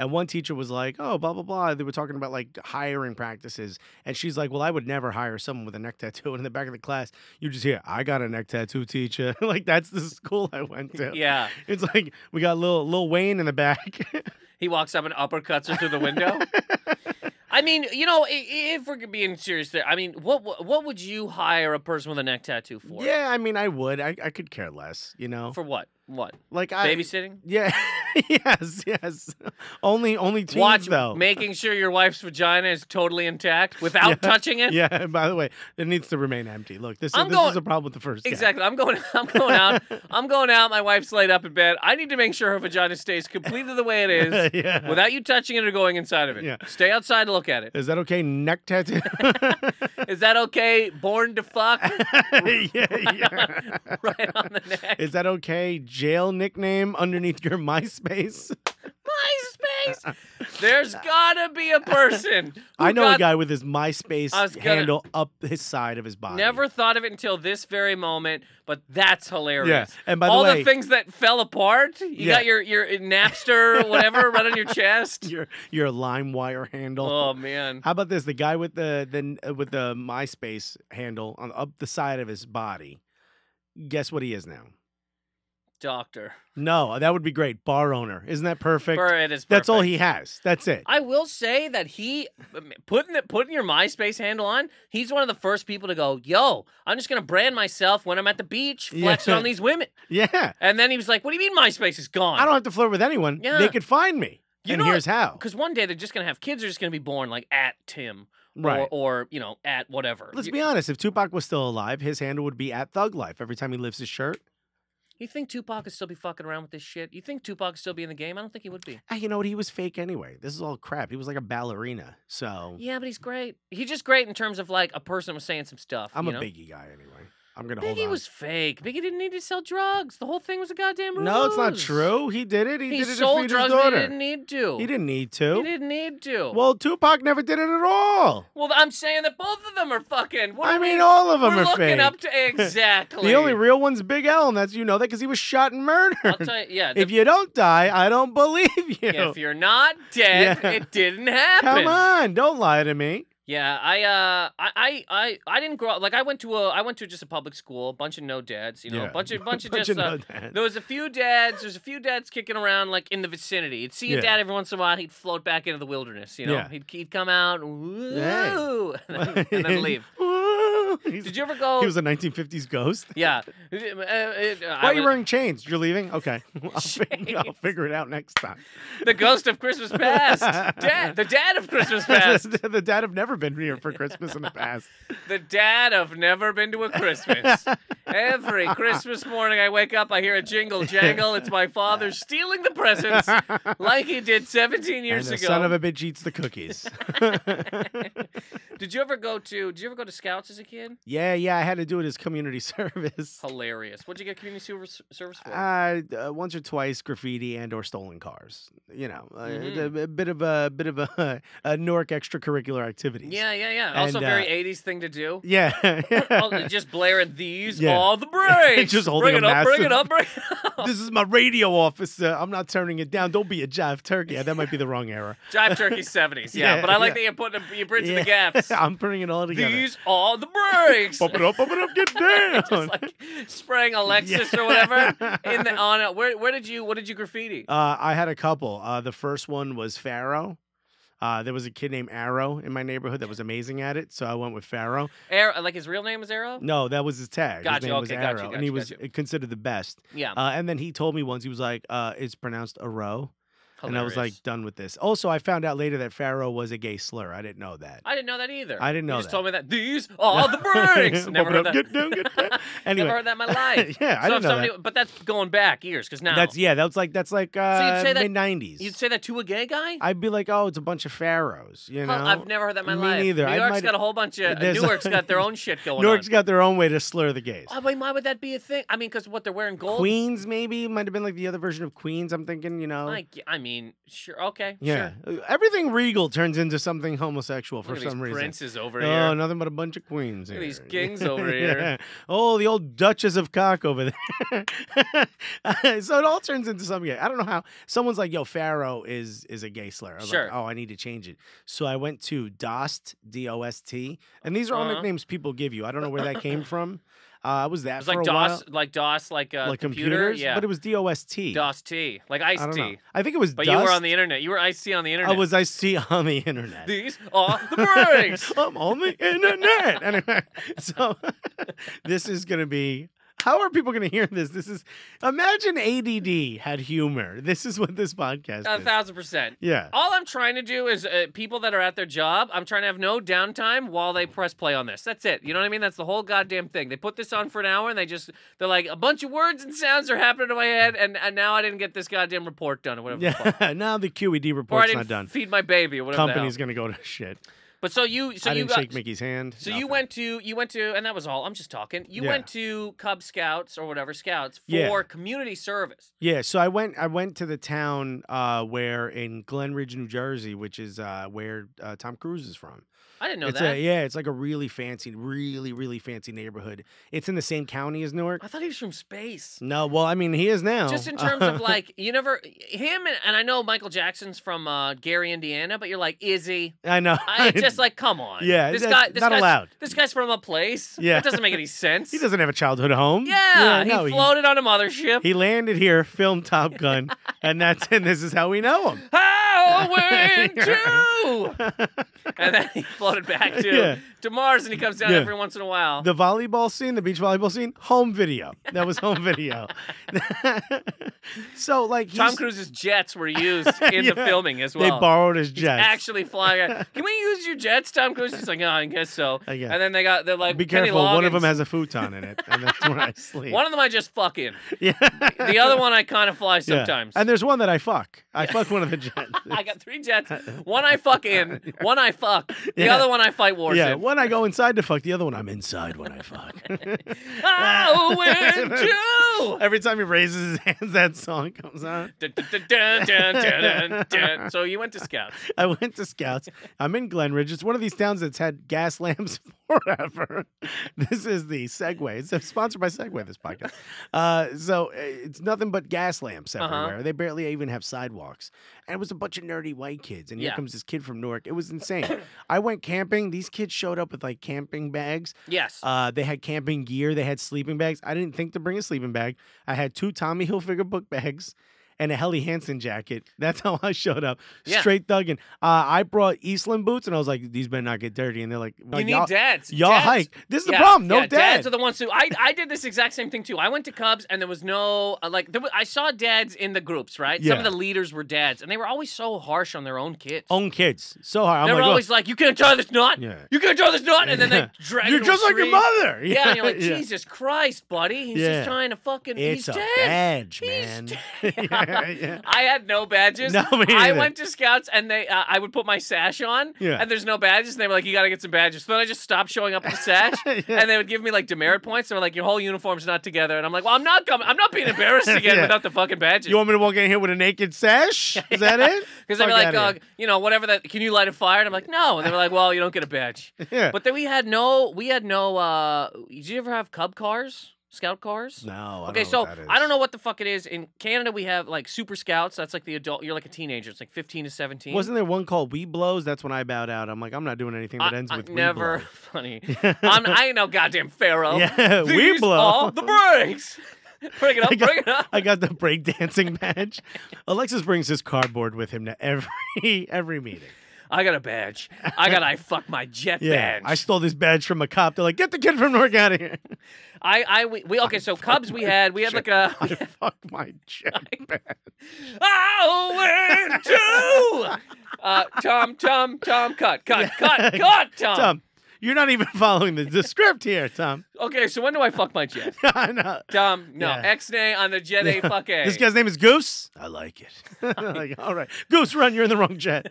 Speaker 2: And one teacher was like, oh, blah blah blah. They were talking about like hiring practices, and she's like, well, I would never hire someone with a neck tattoo. And in the back of the class, you just hear, I got a neck tattoo teacher. like that's the school I went to.
Speaker 1: Yeah.
Speaker 2: It's like we got little Lil Wayne in the back.
Speaker 1: He walks up and uppercuts her through the window. I mean, you know, i- i- if we're being serious there, I mean, what what what would you hire a person with a neck tattoo for?
Speaker 2: yeah, I mean, I would. I, I could care less, you know.
Speaker 1: For what? What?
Speaker 2: like I
Speaker 1: Babysitting?
Speaker 2: Yeah. yes. Yes. Only. Only teens
Speaker 1: Watch
Speaker 2: though.
Speaker 1: making sure your wife's vagina is totally intact without
Speaker 2: Yeah.
Speaker 1: touching it.
Speaker 2: yeah. and By the way, it needs to remain empty. Look, this.
Speaker 1: I'm
Speaker 2: this
Speaker 1: going-
Speaker 2: is a problem with the first. guy.
Speaker 1: Exactly. I'm going. I'm going out. I'm going out. My wife's laid up in bed. I need to make sure her vagina stays completely the way it is,
Speaker 2: yeah.
Speaker 1: without you touching it or going inside of it.
Speaker 2: Yeah.
Speaker 1: Stay outside and look at it.
Speaker 2: Is that okay? Neck tattoo.
Speaker 1: Is that okay? Born to fuck,
Speaker 2: yeah. Yeah.
Speaker 1: right on the neck.
Speaker 2: Is that okay? Jail nickname underneath your MySpace.
Speaker 1: MySpace. There's gotta be a person. who
Speaker 2: I know a
Speaker 1: got-
Speaker 2: guy with his MySpace
Speaker 1: I was gonna-
Speaker 2: handle up his side of his body.
Speaker 1: Never thought of it until this very moment, but that's hilarious.
Speaker 2: Yeah. And by the
Speaker 1: all
Speaker 2: way,
Speaker 1: the things that fell apart. You
Speaker 2: Yeah.
Speaker 1: got your your Napster, whatever, right on your chest.
Speaker 2: your your LimeWire handle.
Speaker 1: Oh man.
Speaker 2: How about this? The guy with the the with the MySpace handle on up the side of his body. Guess what he is now?
Speaker 1: Doctor.
Speaker 2: No, that would be great. Bar owner, isn't that perfect?
Speaker 1: Burr, it is
Speaker 2: That's all
Speaker 1: perfect.
Speaker 2: he has. That's it.
Speaker 1: I will say that he um, putting the, putting your MySpace handle on. He's one of the first people to go, "Yo, I'm just gonna brand myself when I'm at the beach,
Speaker 2: Yeah.
Speaker 1: flexing on these women."
Speaker 2: yeah,
Speaker 1: And then he was like, "What do you mean MySpace is gone?"
Speaker 2: I don't have to flirt with anyone.
Speaker 1: Yeah.
Speaker 2: They could find me.
Speaker 1: You
Speaker 2: and
Speaker 1: know-
Speaker 2: here's how.
Speaker 1: because one day they're just gonna have kids. Are just gonna be born like at Tim,
Speaker 2: Right.
Speaker 1: Or, or you know at whatever.
Speaker 2: Let's
Speaker 1: you,
Speaker 2: be honest. If Tupac was still alive, his handle would be at Thug Life every time he lifts his shirt.
Speaker 1: you think Tupac could still be fucking around with this shit? You think Tupac could still be in the game? I don't think he would be.
Speaker 2: Ah, you know what? He was fake anyway. This is all crap. He was like a ballerina. So
Speaker 1: Yeah, but he's great. He's just great in terms of like a person was saying some stuff.
Speaker 2: I'm
Speaker 1: you
Speaker 2: a
Speaker 1: know?
Speaker 2: Biggie guy anyway. I'm gonna hold
Speaker 1: Biggie
Speaker 2: on.
Speaker 1: was fake. Biggie didn't need to sell drugs. The whole thing was a goddamn ruse.
Speaker 2: no, it's not true. He did it. He,
Speaker 1: He,
Speaker 2: did it to
Speaker 1: sold
Speaker 2: feed
Speaker 1: drugs.
Speaker 2: his
Speaker 1: but
Speaker 2: daughter.
Speaker 1: He didn't need to.
Speaker 2: He didn't need to.
Speaker 1: He didn't need to.
Speaker 2: Well, Tupac never did it at all.
Speaker 1: well, I'm saying that both of them are fucking. What do
Speaker 2: I
Speaker 1: you
Speaker 2: mean, all of them
Speaker 1: we're
Speaker 2: are
Speaker 1: looking
Speaker 2: fake.
Speaker 1: up to exactly.
Speaker 2: the only real one's Big L, and that's you know that because he was shot and
Speaker 1: I'll
Speaker 2: murdered.
Speaker 1: tell you, yeah. the-
Speaker 2: if you don't die, I don't believe you.
Speaker 1: if you're not dead,
Speaker 2: Yeah.
Speaker 1: it didn't happen.
Speaker 2: Come on, don't lie to me.
Speaker 1: Yeah, I uh, I, I, I, I didn't grow up like I went to a, I went to just a public school, bunch of no dads, you know,
Speaker 2: Yeah.
Speaker 1: bunch of, bunch of
Speaker 2: Don't
Speaker 1: just
Speaker 2: you
Speaker 1: uh,
Speaker 2: know that?
Speaker 1: There was a few dads. There's a few dads kicking around like in the vicinity. You'd see your
Speaker 2: Yeah.
Speaker 1: dad every once in a while. He'd float back into the wilderness. You know,
Speaker 2: Yeah.
Speaker 1: he'd, he'd come out, woo, and, then, and then leave.
Speaker 2: Woo! He's-
Speaker 1: Did you ever go?
Speaker 2: He was a 1950s ghost.
Speaker 1: yeah. Uh, uh, uh,
Speaker 2: Why
Speaker 1: I
Speaker 2: are you
Speaker 1: was-
Speaker 2: wearing chains? You're leaving? Okay. I'll, fig- I'll
Speaker 1: Chains.
Speaker 2: figure it out next time.
Speaker 1: the ghost of Christmas past? Dad, the dad of Christmas past.
Speaker 2: the, the dad have never been here for Christmas in the past.
Speaker 1: The dad of never been to a Christmas. Every Christmas morning I wake up, I hear a jingle jangle. It's my father stealing the presents like he did 17 years
Speaker 2: and the
Speaker 1: ago.
Speaker 2: son of a bitch eats the cookies.
Speaker 1: did you ever go to? Did you ever go to Scouts as a kid? kid?
Speaker 2: Yeah, yeah, I had to do it as community service.
Speaker 1: Hilarious. What'd you get community service, service for?
Speaker 2: Uh, uh, once or twice, graffiti and or stolen cars. You know, uh,
Speaker 1: Mhm.
Speaker 2: a, a bit of a bit of a, a Newark extracurricular activities.
Speaker 1: yeah, yeah, yeah. Also,
Speaker 2: and, uh,
Speaker 1: very 80s thing to do. Oh,
Speaker 2: yeah.
Speaker 1: just blaring these
Speaker 2: Yeah.
Speaker 1: all the breaks.
Speaker 2: Just holding
Speaker 1: bring it
Speaker 2: a
Speaker 1: up, bring it
Speaker 2: massive-
Speaker 1: up, bring it up.
Speaker 2: this is my radio officer. I'm not turning it down. Don't be a jive turkey. Yeah, that might be the wrong error.
Speaker 1: Jive Turkey 70s. Yeah,
Speaker 2: Yeah,
Speaker 1: but I like
Speaker 2: yeah.
Speaker 1: that you're putting you're bridging the
Speaker 2: Yeah.
Speaker 1: gaps.
Speaker 2: I'm putting it all together.
Speaker 1: These are the breaks.
Speaker 2: Bump it up, bump it up, get down.
Speaker 1: Just like spraying Alexis or whatever in the on it. Where where did you what did you graffiti?
Speaker 2: Uh, I had a couple. Uh, the first one was Pharaoh. Uh, there was a kid named Arrow in my neighborhood that was amazing at it, so I went with Pharaoh.
Speaker 1: Arrow, like his real name is Arrow?
Speaker 2: No, that was his tag.
Speaker 1: Gotcha,
Speaker 2: His name was
Speaker 1: okay,
Speaker 2: Arrow,
Speaker 1: gotcha,
Speaker 2: and he
Speaker 1: gotcha, Um,
Speaker 2: was considered the best.
Speaker 1: Yeah.
Speaker 2: Uh, and then he told me once he was like, uh, "It's pronounced Arrow," and I was like,
Speaker 1: Hilarious.
Speaker 2: "Done with this." Also, I found out later that Pharaoh was a gay slur. I didn't know that.
Speaker 1: I didn't know that either.
Speaker 2: I didn't know
Speaker 1: You just
Speaker 2: that.
Speaker 1: told me that these are the breaks.
Speaker 2: Bump
Speaker 1: Never
Speaker 2: it
Speaker 1: heard
Speaker 2: up,
Speaker 1: that.
Speaker 2: get down, get down. Anyway,
Speaker 1: Never heard that in my life.
Speaker 2: yeah, I
Speaker 1: so
Speaker 2: didn't
Speaker 1: if
Speaker 2: know
Speaker 1: somebody, but that's going back years, because now
Speaker 2: that. That's yeah, that was like that's like uh,
Speaker 1: say that-
Speaker 2: mid '90s.
Speaker 1: you'd say that to a gay guy.
Speaker 2: I'd be like, "Oh, it's a bunch of pharaohs," you know.
Speaker 1: Huh, I've never heard that in my
Speaker 2: me
Speaker 1: life.
Speaker 2: neither.
Speaker 1: New
Speaker 2: I
Speaker 1: York's
Speaker 2: might-
Speaker 1: got a whole bunch of
Speaker 2: There's-
Speaker 1: Newark's got their own shit going
Speaker 2: Newark's
Speaker 1: on.
Speaker 2: got their own way to slur the gays.
Speaker 1: Oh, wait, why would that be a thing? I mean, because what they're wearing gold.
Speaker 2: Queens, maybe might have been like the other version of Queens. I'm thinking, you know,
Speaker 1: I, g- I mean, sure, okay,
Speaker 2: yeah,
Speaker 1: sure.
Speaker 2: Uh, everything regal turns into something homosexual
Speaker 1: Look
Speaker 2: for
Speaker 1: at these
Speaker 2: some reason.
Speaker 1: princes over
Speaker 2: Oh,
Speaker 1: here.
Speaker 2: nothing but a bunch of queens.
Speaker 1: Look at
Speaker 2: here.
Speaker 1: these kings over here.
Speaker 2: Yeah. Oh, the old Duchess of Cock over there. so it all turns into something. I don't know how. Someone's like, "Yo, Pharaoh is is a gay slur." I was
Speaker 1: Sure.
Speaker 2: like, "Oh, I need to change it." So I went to Dost, D O S T, and these are all
Speaker 1: Uh-huh.
Speaker 2: nicknames people give you. I don't know where that came from. Uh, I was that
Speaker 1: It's
Speaker 2: for
Speaker 1: like
Speaker 2: a while.
Speaker 1: DOS, like DOS, like uh,
Speaker 2: like
Speaker 1: computer,
Speaker 2: computers,
Speaker 1: yeah.
Speaker 2: but it was DOST.
Speaker 1: DOS T, like Ice
Speaker 2: I don't know.
Speaker 1: T.
Speaker 2: I think it was
Speaker 1: But
Speaker 2: Dust.
Speaker 1: you were on the internet. You were Ice T on the internet.
Speaker 2: I was I see on the internet.
Speaker 1: These are the breaks.
Speaker 2: I'm on the internet. Anyway, so this is gonna be. How are people gonna hear this? This is imagine ADD had humor. This is what this podcast
Speaker 1: a
Speaker 2: is.
Speaker 1: thousand percent.
Speaker 2: yeah,
Speaker 1: All I'm trying to do is uh, people that are at their job, I'm trying to have no downtime while they press play on this. That's it. You know what I mean? That's the whole goddamn thing. They put this on for an hour and they just, they're like, a bunch of words and sounds are happening in my head, and, and now I didn't get this goddamn report done or whatever. The fuck.
Speaker 2: yeah. now the QED
Speaker 1: Or I
Speaker 2: report's
Speaker 1: didn't
Speaker 2: not done.
Speaker 1: feed my baby or whatever. the hell.
Speaker 2: Company's gonna go to shit.
Speaker 1: But so you, so
Speaker 2: I
Speaker 1: you
Speaker 2: didn't
Speaker 1: got,
Speaker 2: shake Mickey's hand.
Speaker 1: so you
Speaker 2: nothing.
Speaker 1: went to, you went to, and that was all. I'm just talking. You
Speaker 2: Yeah.
Speaker 1: went to Cub Scouts or whatever Scouts for
Speaker 2: Yeah.
Speaker 1: community service.
Speaker 2: Yeah, so I went. I went to the town uh, where in Glen Ridge, New Jersey, which is uh, where uh, Tom Cruise is from.
Speaker 1: I didn't know
Speaker 2: it's
Speaker 1: that.
Speaker 2: A, e yeah, it's like a really fancy, really, really fancy neighborhood. It's in the same county as Newark.
Speaker 1: I thought he was from space.
Speaker 2: No, well, I mean, he is now.
Speaker 1: Just in terms of like you never him and, and I know Michael Jackson's from uh, Gary, Indiana, but you're like, is he?
Speaker 2: I know.
Speaker 1: I just like, come on.
Speaker 2: yeah,
Speaker 1: this
Speaker 2: that's
Speaker 1: guy, this
Speaker 2: not
Speaker 1: guy's,
Speaker 2: allowed.
Speaker 1: This guy's from a place.
Speaker 2: Yeah.
Speaker 1: that doesn't make any sense.
Speaker 2: He doesn't have a childhood home.
Speaker 1: Yeah,
Speaker 2: no,
Speaker 1: he floated on a mothership.
Speaker 2: he landed here, filmed Top Gun, and that's and this is how we know him.
Speaker 1: Howard two, and then he floated back to
Speaker 2: Yeah.
Speaker 1: to Mars, and he comes down
Speaker 2: Yeah.
Speaker 1: every once in a while.
Speaker 2: The volleyball scene, the beach volleyball scene, home video. That was home video. so like
Speaker 1: Tom
Speaker 2: he's-
Speaker 1: Cruise's jets were used in the
Speaker 2: Yeah.
Speaker 1: filming as
Speaker 2: they
Speaker 1: well.
Speaker 2: borrowed his
Speaker 1: He's
Speaker 2: jet.
Speaker 1: actually flying. around. Can we use your jets, Tom Cruise? He's like, oh, I guess so.
Speaker 2: I guess.
Speaker 1: And then they got they're like,
Speaker 2: Be
Speaker 1: Kenny
Speaker 2: careful. One of
Speaker 1: Loggins.
Speaker 2: them has a futon in it, and that's where I sleep.
Speaker 1: One of them I just fuck in.
Speaker 2: yeah.
Speaker 1: The other one I kind of fly
Speaker 2: Yeah.
Speaker 1: sometimes.
Speaker 2: And there's one that I fuck. I fuck one of the jets.
Speaker 1: I got three jets. One I fuck in. One I fuck. The
Speaker 2: Yeah.
Speaker 1: other one I fight wars
Speaker 2: yeah,
Speaker 1: in.
Speaker 2: one I go inside to fuck, the other one I'm inside when I fuck.
Speaker 1: I Ah, win too.
Speaker 2: Every time he raises his hands, that song comes on.
Speaker 1: Dun, dun, dun, dun, dun, dun, dun, dun. So you went to Scouts.
Speaker 2: I went to Scouts. I'm in Glenridge. It's one of these towns that's had gas lamps forever. This is the Segway. It's sponsored by Segway. This podcast. Uh, so uh, it's nothing but gas lamps
Speaker 1: Uh-huh.
Speaker 2: everywhere. They barely even have sidewalks. And it was a bunch of nerdy white kids. And here
Speaker 1: Yeah.
Speaker 2: comes this kid from Newark. It was insane. I went camping. These kids showed up with like camping bags.
Speaker 1: Yes.
Speaker 2: Uh, they had camping gear. They had sleeping bags. I didn't think to bring a sleeping bag. I had two Tommy Hilfiger book bags and a Helly Hansen jacket. That's how I showed up.
Speaker 1: Yeah.
Speaker 2: Straight thugging. Uh, I brought Eastland boots and I was like, these better not get dirty. And they're like,
Speaker 1: you need
Speaker 2: y'all,
Speaker 1: dads.
Speaker 2: y'all
Speaker 1: dads.
Speaker 2: hike. This is
Speaker 1: Yeah,
Speaker 2: the problem. No
Speaker 1: yeah,
Speaker 2: dad.
Speaker 1: Dads are the ones who I I did this exact same thing too. I went to Cubs and there was no uh, like there was, I saw dads in the groups, right? Some of
Speaker 2: Yeah. Oh,
Speaker 1: the leaders were dads, and they were always so harsh on their own kids.
Speaker 2: Own kids. So hard. I'm
Speaker 1: they were
Speaker 2: like, "Look,
Speaker 1: always like, "You can't tie this knot.
Speaker 2: oh Yeah.
Speaker 1: You can't tie this knot," and then they
Speaker 2: Yeah.
Speaker 1: drag.
Speaker 2: you're
Speaker 1: you to a
Speaker 2: just like your
Speaker 1: tree.
Speaker 2: mother.
Speaker 1: Yeah, and you're like,
Speaker 2: yeah.
Speaker 1: Jesus Christ, buddy. He's
Speaker 2: Yeah.
Speaker 1: just trying to fucking.
Speaker 2: It's
Speaker 1: he's
Speaker 2: a
Speaker 1: dead.
Speaker 2: badge,
Speaker 1: He's
Speaker 2: man.
Speaker 1: dead.
Speaker 2: Yeah. yeah.
Speaker 1: I had no badges.
Speaker 2: No, me
Speaker 1: I
Speaker 2: neither.
Speaker 1: went to scouts and they, uh, I would put my sash on,
Speaker 2: Yeah.
Speaker 1: and there's no badges, and they were like, "You got to get some badges." So then I just stopped showing up with the sash,
Speaker 2: Yeah.
Speaker 1: and they would give me like demerit points. They were like, "Your whole uniform's not together," and I'm like, "Well, I'm not coming. I'm not being embarrassed again
Speaker 2: Yeah.
Speaker 1: without the fucking badges."
Speaker 2: You want me to walk in here with a naked sash? Is that it?
Speaker 1: Because they'd be
Speaker 2: Fuck
Speaker 1: like,
Speaker 2: outta
Speaker 1: uh, you know, whatever that. Can you light a fire? And I'm like, no. And they were like, well, you don't get a badge.
Speaker 2: here. yeah.
Speaker 1: But then we had no. We had no. uh Did you ever have Cub cars? Scout cars?
Speaker 2: no.
Speaker 1: Okay,
Speaker 2: I don't know
Speaker 1: so
Speaker 2: what that is.
Speaker 1: I don't know what the fuck it is. In Canada, we have like super scouts. That's like the adult. You're like a teenager. It's like 15 to 17.
Speaker 2: Wasn't there one called We Blows? That's when I bowed out. I'm like, I'm not doing anything that
Speaker 1: I-
Speaker 2: ends
Speaker 1: I-
Speaker 2: with
Speaker 1: never
Speaker 2: We
Speaker 1: funny.
Speaker 2: Blow.
Speaker 1: I'm, I ain't no goddamn pharaoh.
Speaker 2: yeah,
Speaker 1: These
Speaker 2: We Blow.
Speaker 1: are the breaks. bring it up,
Speaker 2: I got-
Speaker 1: bring it up.
Speaker 2: I got the breakdancing badge. Alexis brings his cardboard with him to every every meeting.
Speaker 1: I got a badge. I got I fuck my jet
Speaker 2: Yeah,
Speaker 1: badge.
Speaker 2: I stole this badge from a cop. They're like, get the kid from Newark out of here.
Speaker 1: I, I we, we okay. So Cubs, we had we had like a
Speaker 2: I fucked my jet badge.
Speaker 1: I went to Oh, uh, Tom, Tom, Tom, cut, cut, cut, cut, Tom.
Speaker 2: Tom, you're not even following the, the script here, Tom.
Speaker 1: Okay, so when do I fuck my jet?
Speaker 2: I know.
Speaker 1: Tom, no,
Speaker 2: Yeah.
Speaker 1: X nay on the jet A fuck A.
Speaker 2: This guy's name is Goose. I like it. like, all right, Goose, run. You're in the wrong jet.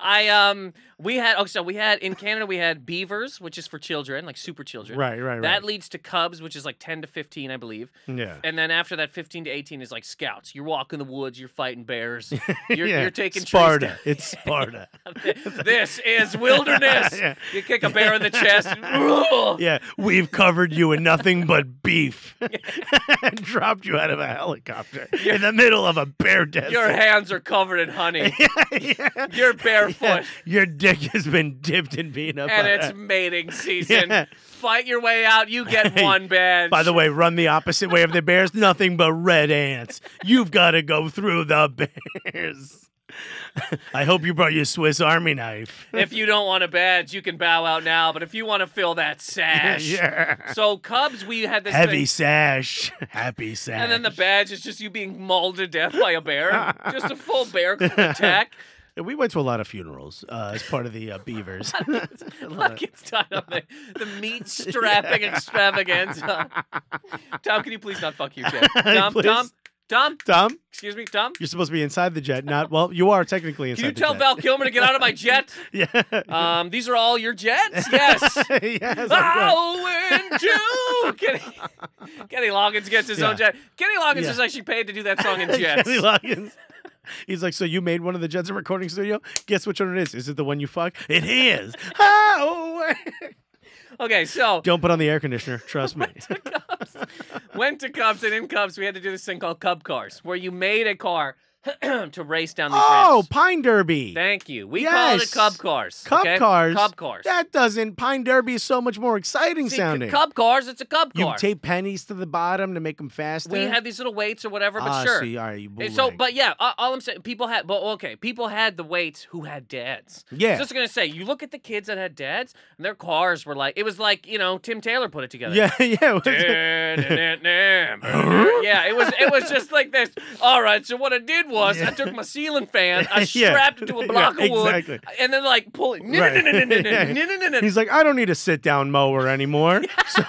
Speaker 1: I um, we had oh, so we had in Canada we had beavers, which is for children, like super children.
Speaker 2: right, right, Hmm. right.
Speaker 1: That leads to cubs, which is like ten to fifteen, I believe.
Speaker 2: yeah.
Speaker 1: And then after that, fifteen to eighteen is like scouts. You're walking the woods, you're fighting bears, you're,
Speaker 2: Yeah.
Speaker 1: you're taking trees
Speaker 2: Sparta.
Speaker 1: down.
Speaker 2: It's Sparta.
Speaker 1: this is wilderness.
Speaker 2: Yeah.
Speaker 1: You kick a bear in the chest. and-
Speaker 2: Yeah, we've covered you in nothing but beef and dropped you out of a helicopter in the middle of a bear desert.
Speaker 1: Your hands are covered in honey.
Speaker 2: Yeah,
Speaker 1: You're barefoot.
Speaker 2: Your dick has been dipped in peanut
Speaker 1: And
Speaker 2: butter.
Speaker 1: it's mating season.
Speaker 2: Yeah.
Speaker 1: Fight your way out. You get
Speaker 2: Hey,
Speaker 1: one badge.
Speaker 2: By the way, run the opposite way of the bears, nothing but red ants. You've got to go through the bears. I hope you brought your Swiss Army knife.
Speaker 1: if you don't want a badge, you can bow out now. But if you want to fill that sash.
Speaker 2: Yeah.
Speaker 1: So, Cubs, we had this
Speaker 2: Heavy
Speaker 1: thing-
Speaker 2: sash, happy sash.
Speaker 1: And then the badge is just you being mauled to death by a bear. just a full bear attack.
Speaker 2: we went to a lot of funerals uh, as part of the uh, beavers.
Speaker 1: Like it's tied on the, the meat strapping extravaganza. Tom, can you please not fuck you, Jim? Tom,
Speaker 2: Please.
Speaker 1: Tom, Tom,
Speaker 2: Tom,
Speaker 1: excuse me, Tom.
Speaker 2: you're supposed to be inside the jet, not well. You are technically inside.
Speaker 1: Can you
Speaker 2: the
Speaker 1: tell
Speaker 2: jet.
Speaker 1: Val Kilmer to get out of my jet?
Speaker 2: Yeah.
Speaker 1: Um, these are all your jets? Yes.
Speaker 2: yes.
Speaker 1: Ah!
Speaker 2: I'm
Speaker 1: Oh, and two. Kenny, Kenny Loggins gets his own
Speaker 2: Yeah.
Speaker 1: jet. Kenny Loggins
Speaker 2: Yeah.
Speaker 1: was actually paid to do that song in
Speaker 2: good.
Speaker 1: jets.
Speaker 2: Kenny Loggins. He's like, so you made one of the Jets in recording studio? Guess which one it is? Is it the one you fuck? It is. Oh.
Speaker 1: Okay, so
Speaker 2: Don't put on the air conditioner. Trust me.
Speaker 1: went to Cubs and in Cubs we had to do this thing called Cub Cars, where you made a car to race down these
Speaker 2: oh,
Speaker 1: ramps.
Speaker 2: Pine Derby.
Speaker 1: Thank you. We call it
Speaker 2: Yes.
Speaker 1: Cub Cars.
Speaker 2: Cub
Speaker 1: okay?
Speaker 2: cars.
Speaker 1: Cub Cars.
Speaker 2: That doesn't. Pine Derby is so much more exciting
Speaker 1: See, c-
Speaker 2: sounding.
Speaker 1: Cub Cars. It's a Cub
Speaker 2: you
Speaker 1: car.
Speaker 2: tape pennies to the bottom to make them faster.
Speaker 1: we had these little weights or whatever, but
Speaker 2: ah,
Speaker 1: sure.
Speaker 2: See, all right, you
Speaker 1: And so,
Speaker 2: bootleg.
Speaker 1: but yeah, a- all I'm saying, people had, but okay, people had the weights who had dads.
Speaker 2: Yeah.
Speaker 1: So just gonna say, you look at the kids that had dads, and their cars were like, it was like you know Tim Taylor put it together.
Speaker 2: yeah, yeah. what's it-
Speaker 1: yeah, it was it was just like this. All right, so what I did was I took my ceiling fan, I
Speaker 2: Yeah.
Speaker 1: strapped it to a
Speaker 2: Yeah,
Speaker 1: block of wood,
Speaker 2: exactly.
Speaker 1: and then like pull it.
Speaker 2: Right. Yeah. He's like, I don't need a sit down mower anymore. So,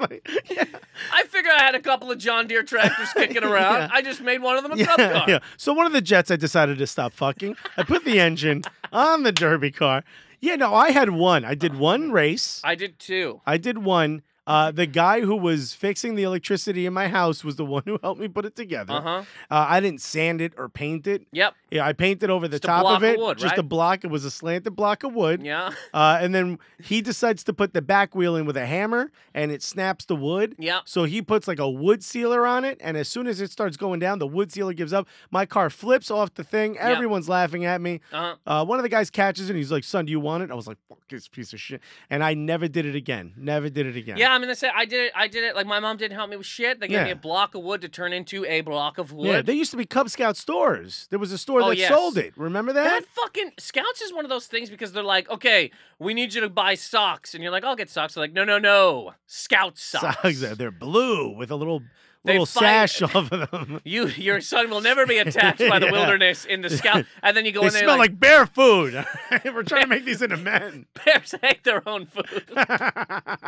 Speaker 2: like, yeah,
Speaker 1: I figure I had a couple of John Deere tractors kicking around.
Speaker 2: Yeah.
Speaker 1: I just made one of them a
Speaker 2: yeah,
Speaker 1: club car.
Speaker 2: yeah. So one of the jets, I decided to stop fucking. I put the engine on the derby car. Yeah, no, I had one. I did
Speaker 1: Uh-huh.
Speaker 2: one race.
Speaker 1: I did too.
Speaker 2: I did one. Uh, the guy who was fixing the electricity in my house was the one who helped me put it together.
Speaker 1: Uh huh.
Speaker 2: Uh, I didn't sand it or paint it.
Speaker 1: Yep.
Speaker 2: Yeah, I painted over the
Speaker 1: Just a
Speaker 2: top
Speaker 1: block
Speaker 2: of
Speaker 1: of
Speaker 2: it.
Speaker 1: wood,
Speaker 2: just a
Speaker 1: right?
Speaker 2: block. It was a slanted block of wood.
Speaker 1: Yeah.
Speaker 2: Uh, and then he decides to put the back wheel in with a hammer and it snaps the wood.
Speaker 1: Yep.
Speaker 2: So he puts like a wood sealer on it. And as soon as it starts going down, the wood sealer gives up. My car flips off the thing. Everyone's laughing at me.
Speaker 1: Uh-huh.
Speaker 2: Uh, one of the guys catches it and he's like, Son, do you want it? I was like, Fuck this piece of shit. And I never did it again. Never did it again.
Speaker 1: Yeah, I mean, that's it. I did it. I did it. Like my mom didn't help me with shit. They gave me
Speaker 2: Yeah.
Speaker 1: a block of wood to turn into a block of wood.
Speaker 2: Yeah, there used to be Cub Scout stores. There was a store
Speaker 1: Oh,
Speaker 2: that
Speaker 1: yes.
Speaker 2: sold it. Remember that?
Speaker 1: That fucking scouts is one of those things because they're like, okay, we need you to buy socks, and you're like, I'll get socks. They're like, no, no, no, scout socks.
Speaker 2: Socks, uh, They're blue with a little
Speaker 1: They
Speaker 2: little
Speaker 1: fight-
Speaker 2: sash off of them.
Speaker 1: You, your son will never be attacked by the
Speaker 2: Yeah.
Speaker 1: wilderness in the scout. And then you go
Speaker 2: They
Speaker 1: in there
Speaker 2: smell like, bear food. We're trying to make these into men.
Speaker 1: bears hate their own food.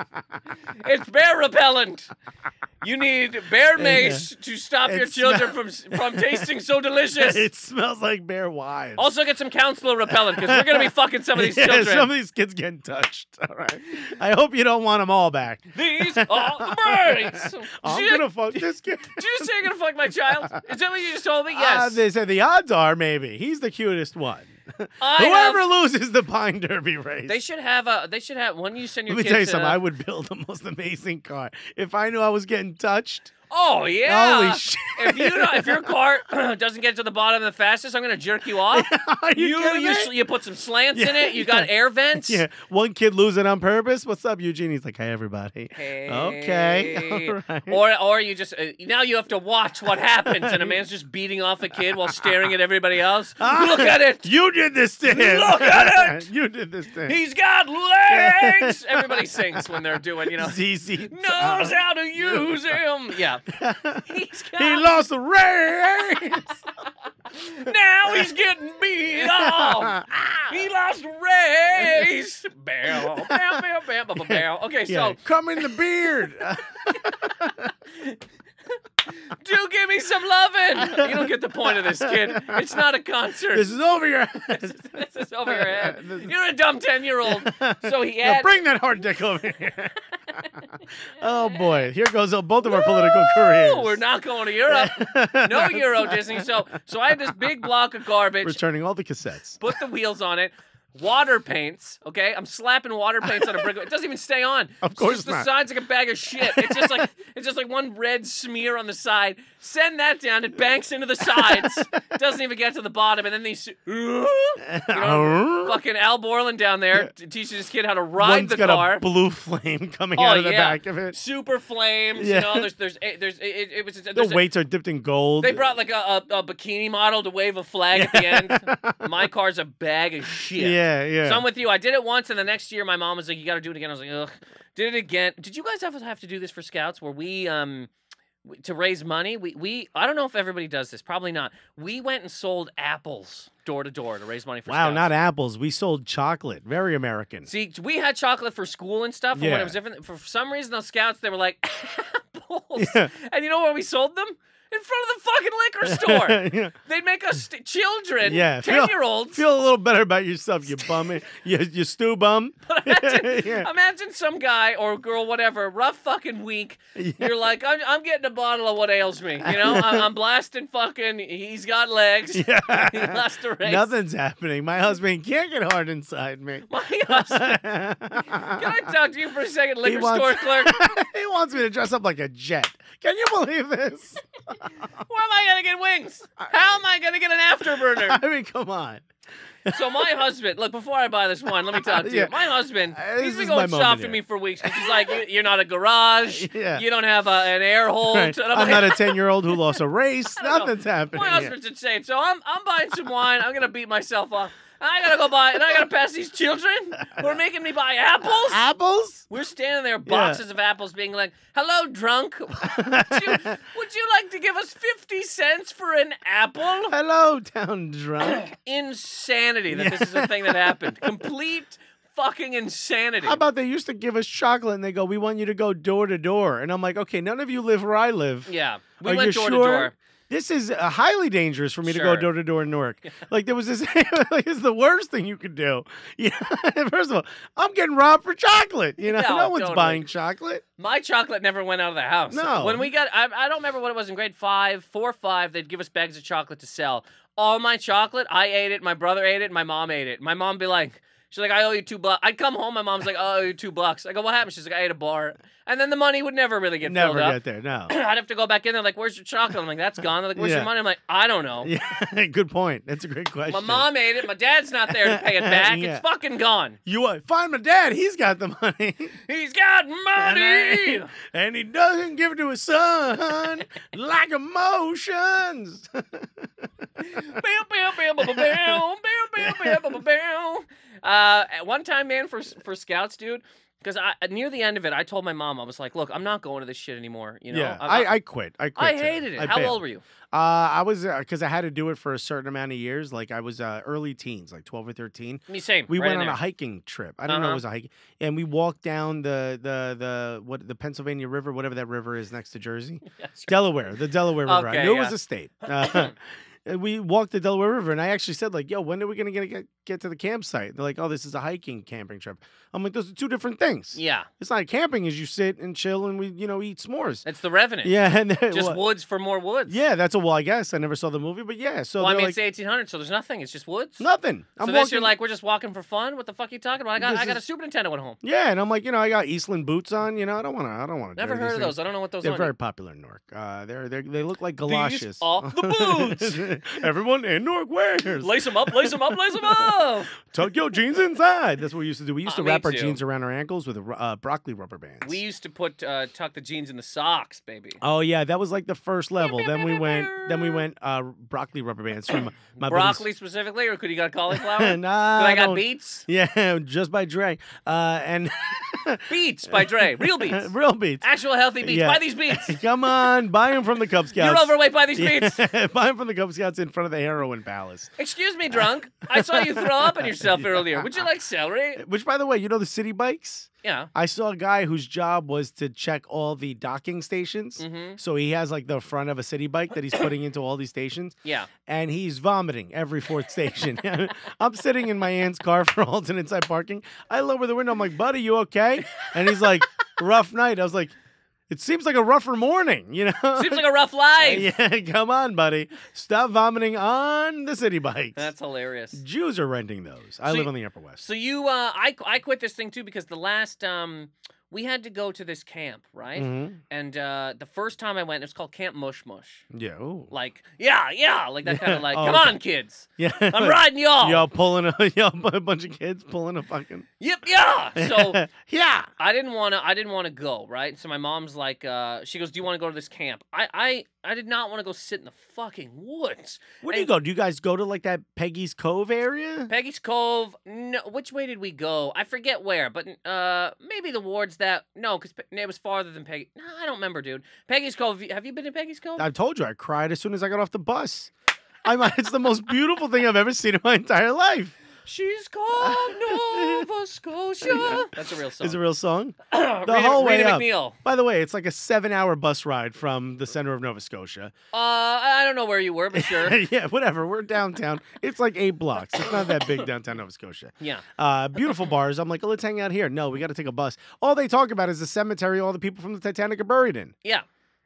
Speaker 1: It's bear repellent. You need bear mace to stop your
Speaker 2: It's
Speaker 1: children from from tasting so delicious.
Speaker 2: it smells like bear wine.
Speaker 1: also, get some counselor repellent because we're gonna be fucking some of these
Speaker 2: Yeah,
Speaker 1: children.
Speaker 2: some of these kids getting touched. All right. I hope you don't want them all back.
Speaker 1: These are the birds.
Speaker 2: I'm
Speaker 1: did,
Speaker 2: gonna fuck this kid.
Speaker 1: did you say you're gonna fuck my child? Is that what you just told me?
Speaker 2: Ah,
Speaker 1: Yes.
Speaker 2: they said the odds are maybe he's the cutest one.
Speaker 1: I
Speaker 2: Whoever
Speaker 1: have-
Speaker 2: loses the pine derby race.
Speaker 1: they should have a. They should have. When you send your
Speaker 2: Let me
Speaker 1: kids
Speaker 2: tell you
Speaker 1: to-
Speaker 2: something. I would build the most amazing car if I knew I was getting touched.
Speaker 1: oh yeah.
Speaker 2: Holy shit!
Speaker 1: If you don't, if your car doesn't get to the bottom the fastest, I'm gonna jerk you off.
Speaker 2: Are you,
Speaker 1: you
Speaker 2: kidding
Speaker 1: you,
Speaker 2: me?
Speaker 1: s- you put some slants in
Speaker 2: Yeah,
Speaker 1: it. You got
Speaker 2: yeah.
Speaker 1: air vents.
Speaker 2: Yeah, one kid losing on purpose. What's up, Eugene? He's like, "Hey, everybody." Okay,
Speaker 1: Hey.
Speaker 2: all right.
Speaker 1: Or, or you just uh, now you have to watch what happens, and a man's just beating off a kid while staring at everybody else. Oh,
Speaker 2: Ah.
Speaker 1: Look at it.
Speaker 2: You did this to him.
Speaker 1: Look at it!
Speaker 2: you did this to him.
Speaker 1: He's got legs. Everybody sings when they're doing, you know,
Speaker 2: ZZ
Speaker 1: knows how to use him. Yeah. He's got,
Speaker 2: He lost the race.
Speaker 1: now he's getting beat off. He lost race. Bell, bell, bell, bell, bell, bell. Okay, so
Speaker 2: yeah, come in the beard.
Speaker 1: do give me some loving. You don't get the point of this, kid. It's not a concert.
Speaker 2: this is over your ass.
Speaker 1: this is over your head.
Speaker 2: This is-
Speaker 1: You're a dumb ten year old. So he
Speaker 2: Now
Speaker 1: had
Speaker 2: bring that hard dick over here. oh boy, here goes both of our political careers.
Speaker 1: We're not going to Europe. No Euro Disney. So so I had this big block of garbage.
Speaker 2: Returning all the cassettes.
Speaker 1: Put the wheels on it. Water paints. Okay, I'm slapping water paints on a brick. It doesn't even stay on.
Speaker 2: Of
Speaker 1: It's
Speaker 2: course
Speaker 1: just
Speaker 2: not.
Speaker 1: The side's like a bag of shit. It's just like it's just like one red smear on the side. Send that down. It banks into the sides. It doesn't even get to the bottom. And then these. Fucking Al Borland down there t- teaching his kid how to ride
Speaker 2: One's
Speaker 1: the
Speaker 2: got
Speaker 1: car.
Speaker 2: a blue flame coming
Speaker 1: Oh,
Speaker 2: out of the
Speaker 1: yeah.
Speaker 2: back of it.
Speaker 1: super flames.
Speaker 2: Yeah.
Speaker 1: You know, there's there's a- there's it, it- it was
Speaker 2: The
Speaker 1: there's a-
Speaker 2: weights are dipped in gold.
Speaker 1: they brought like a, a, a bikini model to wave a flag at the end. My car's a bag of shit.
Speaker 2: Yeah, yeah.
Speaker 1: So I'm with you. I did it once, and the next year my mom was like, "You got to do it again." I was like, "Ugh." Did it again. Did you guys have have to do this for scouts? Where we um w- to raise money, we we I don't know if everybody does this. Probably not. We went and sold apples door to door to raise money for
Speaker 2: wow,
Speaker 1: scouts.
Speaker 2: not apples. We sold chocolate. Very American.
Speaker 1: See, we had chocolate for school and stuff, and when
Speaker 2: Yeah.
Speaker 1: it was different, for some reason, those scouts they were like apples,
Speaker 2: Yeah.
Speaker 1: and you know where we sold them? In front of the fucking liquor store.
Speaker 2: yeah.
Speaker 1: They'd make us st- children,
Speaker 2: Yeah, feel-
Speaker 1: ten year olds.
Speaker 2: Feel a little better about yourself, you bum. you, you stew bum. yeah.
Speaker 1: Imagine some guy or girl, whatever, rough fucking week. You're like, I'm, I'm getting a bottle of what ails me. You know, I'm, I'm blasting fucking. He's got legs. he
Speaker 2: yeah.
Speaker 1: lost a race.
Speaker 2: Nothing's happening. My husband can't get hard inside me.
Speaker 1: My husband.
Speaker 2: he
Speaker 1: Can I talk to you for a second, liquor
Speaker 2: wants-
Speaker 1: store clerk?
Speaker 2: wants me to dress up like a jet. Can you believe this?
Speaker 1: Where am I gonna get wings? How am I gonna get an afterburner?
Speaker 2: I mean, come on.
Speaker 1: So my husband, look, before I buy this wine, let me talk to
Speaker 2: Yeah.
Speaker 1: you. My husband,
Speaker 2: Uh, this
Speaker 1: he's been
Speaker 2: is my
Speaker 1: going
Speaker 2: moment
Speaker 1: soft to
Speaker 2: here.
Speaker 1: me for weeks. 'cause He's like, "You- you're not a garage.
Speaker 2: Yeah.
Speaker 1: You don't have a, an air hole.
Speaker 2: Right.
Speaker 1: to-" And I'm
Speaker 2: I'm
Speaker 1: like,
Speaker 2: not a 10 year old who lost a race.
Speaker 1: don't know.
Speaker 2: Nothing's happening.
Speaker 1: my
Speaker 2: here.
Speaker 1: husband's insane. So I'm, I'm buying some wine. I'm going to beat myself up. And I got to go buy, and I got to pass these children who are making me buy apples.
Speaker 2: Uh, Apples?
Speaker 1: We're standing there, boxes of apples, being like, hello, drunk. Would you, would you like to give us 50 cents for an apple?
Speaker 2: Hello, town drunk.
Speaker 1: insanity that this is a thing that happened. Complete fucking insanity.
Speaker 2: How about they used to give us chocolate and they go, We want you to go door to door. And I'm like, Okay, none of you live where I live.
Speaker 1: yeah, we
Speaker 2: Are
Speaker 1: went
Speaker 2: you
Speaker 1: door
Speaker 2: sure?
Speaker 1: to door.
Speaker 2: This is uh, highly dangerous for me to go
Speaker 1: Sure.
Speaker 2: door to door in Newark. Like there was this, like it's the worst thing you could do. Yeah, first of all, I'm getting robbed for chocolate. You know, no,
Speaker 1: No,
Speaker 2: one's
Speaker 1: totally.
Speaker 2: buying chocolate.
Speaker 1: My chocolate never went out of the house.
Speaker 2: No.
Speaker 1: when we got, I, I don't remember what it was in grade five, four, or five. They'd give us bags of chocolate to sell. All my chocolate, I ate it. My brother ate it. My mom ate it. My mom be like. She's like, I owe you two bucks. I'd come home. My mom's like, I owe you two bucks. I go, what happened? She's like, I ate a bar. And then the money would never really get
Speaker 2: Never
Speaker 1: filled up.
Speaker 2: get there. No.
Speaker 1: I'd have to go back in there, like, where's your chocolate? I'm like, that's gone. They're like, where's
Speaker 2: Yeah.
Speaker 1: your money? I'm like, I don't know.
Speaker 2: yeah, good point. That's a great question.
Speaker 1: My mom ate it. My dad's not there to pay it back.
Speaker 2: Yeah.
Speaker 1: It's fucking gone.
Speaker 2: You uh, find my dad. He's got the money.
Speaker 1: He's got money.
Speaker 2: And, I- and he doesn't give it to his son like emotions.
Speaker 1: Bow, bow, bow, bow, bow, bow, bow, bow, bow, bow, bow. Uh, at one time, man, for for scouts, dude, Because I near the end of it, I told my mom I was like, "Look, I'm not going to this shit anymore." You know,
Speaker 2: yeah,
Speaker 1: I'm
Speaker 2: I,
Speaker 1: not-
Speaker 2: I quit. I quit.
Speaker 1: I
Speaker 2: today.
Speaker 1: hated it.
Speaker 2: I
Speaker 1: How
Speaker 2: bailed.
Speaker 1: old were you?
Speaker 2: Uh, I was because I had to do it for a certain amount of years. Like I was uh, early teens, like twelve or thirteen.
Speaker 1: Me same.
Speaker 2: We
Speaker 1: right
Speaker 2: went
Speaker 1: in
Speaker 2: on a
Speaker 1: there.
Speaker 2: hiking trip. I don't know
Speaker 1: Uh-huh.
Speaker 2: it was a hike, and we walked down the the the what the Pennsylvania River, whatever that river is next to Jersey,
Speaker 1: Yes.
Speaker 2: Delaware, the Delaware River. I
Speaker 1: Okay,
Speaker 2: knew it
Speaker 1: yeah.
Speaker 2: was a state. Uh, and we walked the Delaware River, and I actually said like, "Yo, when are we gonna get get, get to the campsite?" They're like, "Oh, this is a hiking camping trip." I'm like, "Those are two different things.
Speaker 1: Yeah,
Speaker 2: It's not camping; is you sit and chill and we you know eat s'mores."
Speaker 1: it's the Revenant.
Speaker 2: Yeah, and then-
Speaker 1: just
Speaker 2: well,
Speaker 1: woods for more woods.
Speaker 2: yeah, that's a well. I guess I never saw the movie, but yeah. So
Speaker 1: well, I
Speaker 2: they're
Speaker 1: mean, it's
Speaker 2: like,
Speaker 1: 1800, so there's nothing. It's just woods.
Speaker 2: nothing.
Speaker 1: so
Speaker 2: I'm
Speaker 1: this
Speaker 2: walking.
Speaker 1: you're like, we're just walking for fun. What the fuck are you talking about? I got,
Speaker 2: This
Speaker 1: I got a
Speaker 2: is-
Speaker 1: Super Nintendo at home.
Speaker 2: yeah, and I'm like, you know, I got Eastland boots on. You know, I don't want to. I don't want to.
Speaker 1: Never heard of those. I don't know what those
Speaker 2: They're
Speaker 1: are.
Speaker 2: very popular in Newark. Uh, they're, they're they look like galoshes.
Speaker 1: These are the
Speaker 2: Everyone in Newark wears.
Speaker 1: lace them up, lace them up, lace them up.
Speaker 2: Tuck your jeans inside. That's what we used to do. We used
Speaker 1: Uh,
Speaker 2: to
Speaker 1: me
Speaker 2: wrap our
Speaker 1: too.
Speaker 2: jeans around our ankles with uh, broccoli rubber bands.
Speaker 1: We used to put uh, tuck the jeans in the socks, baby.
Speaker 2: Oh yeah, that was like the first level.
Speaker 1: pew,
Speaker 2: then
Speaker 1: pew,
Speaker 2: we
Speaker 1: pew,
Speaker 2: went.
Speaker 1: pew.
Speaker 2: Then we went uh, broccoli rubber bands from my
Speaker 1: Broccoli specifically, or could you got cauliflower?
Speaker 2: Buddies.
Speaker 1: Could
Speaker 2: nah,
Speaker 1: I got
Speaker 2: don't-
Speaker 1: beets.
Speaker 2: Yeah, just by Dre. Uh, and
Speaker 1: Beets by Dre, real beets,
Speaker 2: real beats.
Speaker 1: actual healthy beets.
Speaker 2: Yeah.
Speaker 1: Buy these beets.
Speaker 2: Come on, buy them from the Cub Scouts.
Speaker 1: You're overweight. Buy these beets.
Speaker 2: Yeah, buy them from the Cub Scouts in front of the Heroin Palace.
Speaker 1: Excuse me, drunk. I saw you throw up on yourself
Speaker 2: Yeah.
Speaker 1: earlier. Would you like celery?
Speaker 2: Which, by the way, you know the city bikes.
Speaker 1: Yeah.
Speaker 2: I saw a guy whose job was to check all the docking stations.
Speaker 1: Mm-hmm.
Speaker 2: So he has like the front of a city bike that he's putting into all these stations,
Speaker 1: Yeah.
Speaker 2: and he's vomiting every fourth station. I'm sitting in my aunt's car for alternate side parking. I lower the window. I'm like, "Buddy, you okay?" And he's like, "Rough night." I was like, "It seems like a rougher morning," you know.
Speaker 1: Seems like a rough life.
Speaker 2: yeah, come on, buddy. Stop vomiting on the city bikes.
Speaker 1: That's hilarious.
Speaker 2: Jews are renting those. I
Speaker 1: So
Speaker 2: live
Speaker 1: you-
Speaker 2: on the Upper West.
Speaker 1: So you, uh, I, I quit this thing too because the last, um, we had to go to this camp, right?
Speaker 2: Mhm.
Speaker 1: And uh, the first time I went, it was called Camp Mush Mush.
Speaker 2: Yeah. ooh.
Speaker 1: Like, yeah, yeah, like that kind
Speaker 2: Yeah.
Speaker 1: of like,
Speaker 2: Oh,
Speaker 1: come
Speaker 2: okay.
Speaker 1: on, kids,
Speaker 2: yeah.
Speaker 1: I'm riding y'all.
Speaker 2: Y'all pulling a y'all a bunch of kids pulling a fucking
Speaker 1: Yep, yeah. So
Speaker 2: yeah.
Speaker 1: I didn't want to. I didn't want to go. Right. So my mom's like, uh, she goes, "Do you want to go to this camp?" I, I, I did not want to go sit in the fucking woods.
Speaker 2: Where do you
Speaker 1: and-
Speaker 2: go? Do you guys go to like that Peggy's Cove area?
Speaker 1: Peggy's Cove. No, which way did we go? I forget where, but uh, maybe the wards that no, because it was farther than Peggy. No, I don't remember, dude. Peggy's Cove. Have you been to Peggy's Cove?
Speaker 2: I told you I cried as soon as I got off the bus. I'm, it's the most beautiful thing I've ever seen in my entire life.
Speaker 1: She's called Nova Scotia. That's a real song.
Speaker 2: It's a real song.
Speaker 1: the
Speaker 2: whole way
Speaker 1: Rita
Speaker 2: up.
Speaker 1: McNeil.
Speaker 2: By the way, it's like a seven-hour bus ride from the center of Nova Scotia.
Speaker 1: Uh, I I don't know where you were, but sure.
Speaker 2: yeah, whatever. We're downtown. It's like eight blocks. It's not that big downtown Nova Scotia.
Speaker 1: yeah.
Speaker 2: Uh, beautiful bars. I'm like, oh, let's hang out here. No, we got to take a bus. All they talk about is the cemetery all the people from the Titanic are buried in.
Speaker 1: Yeah.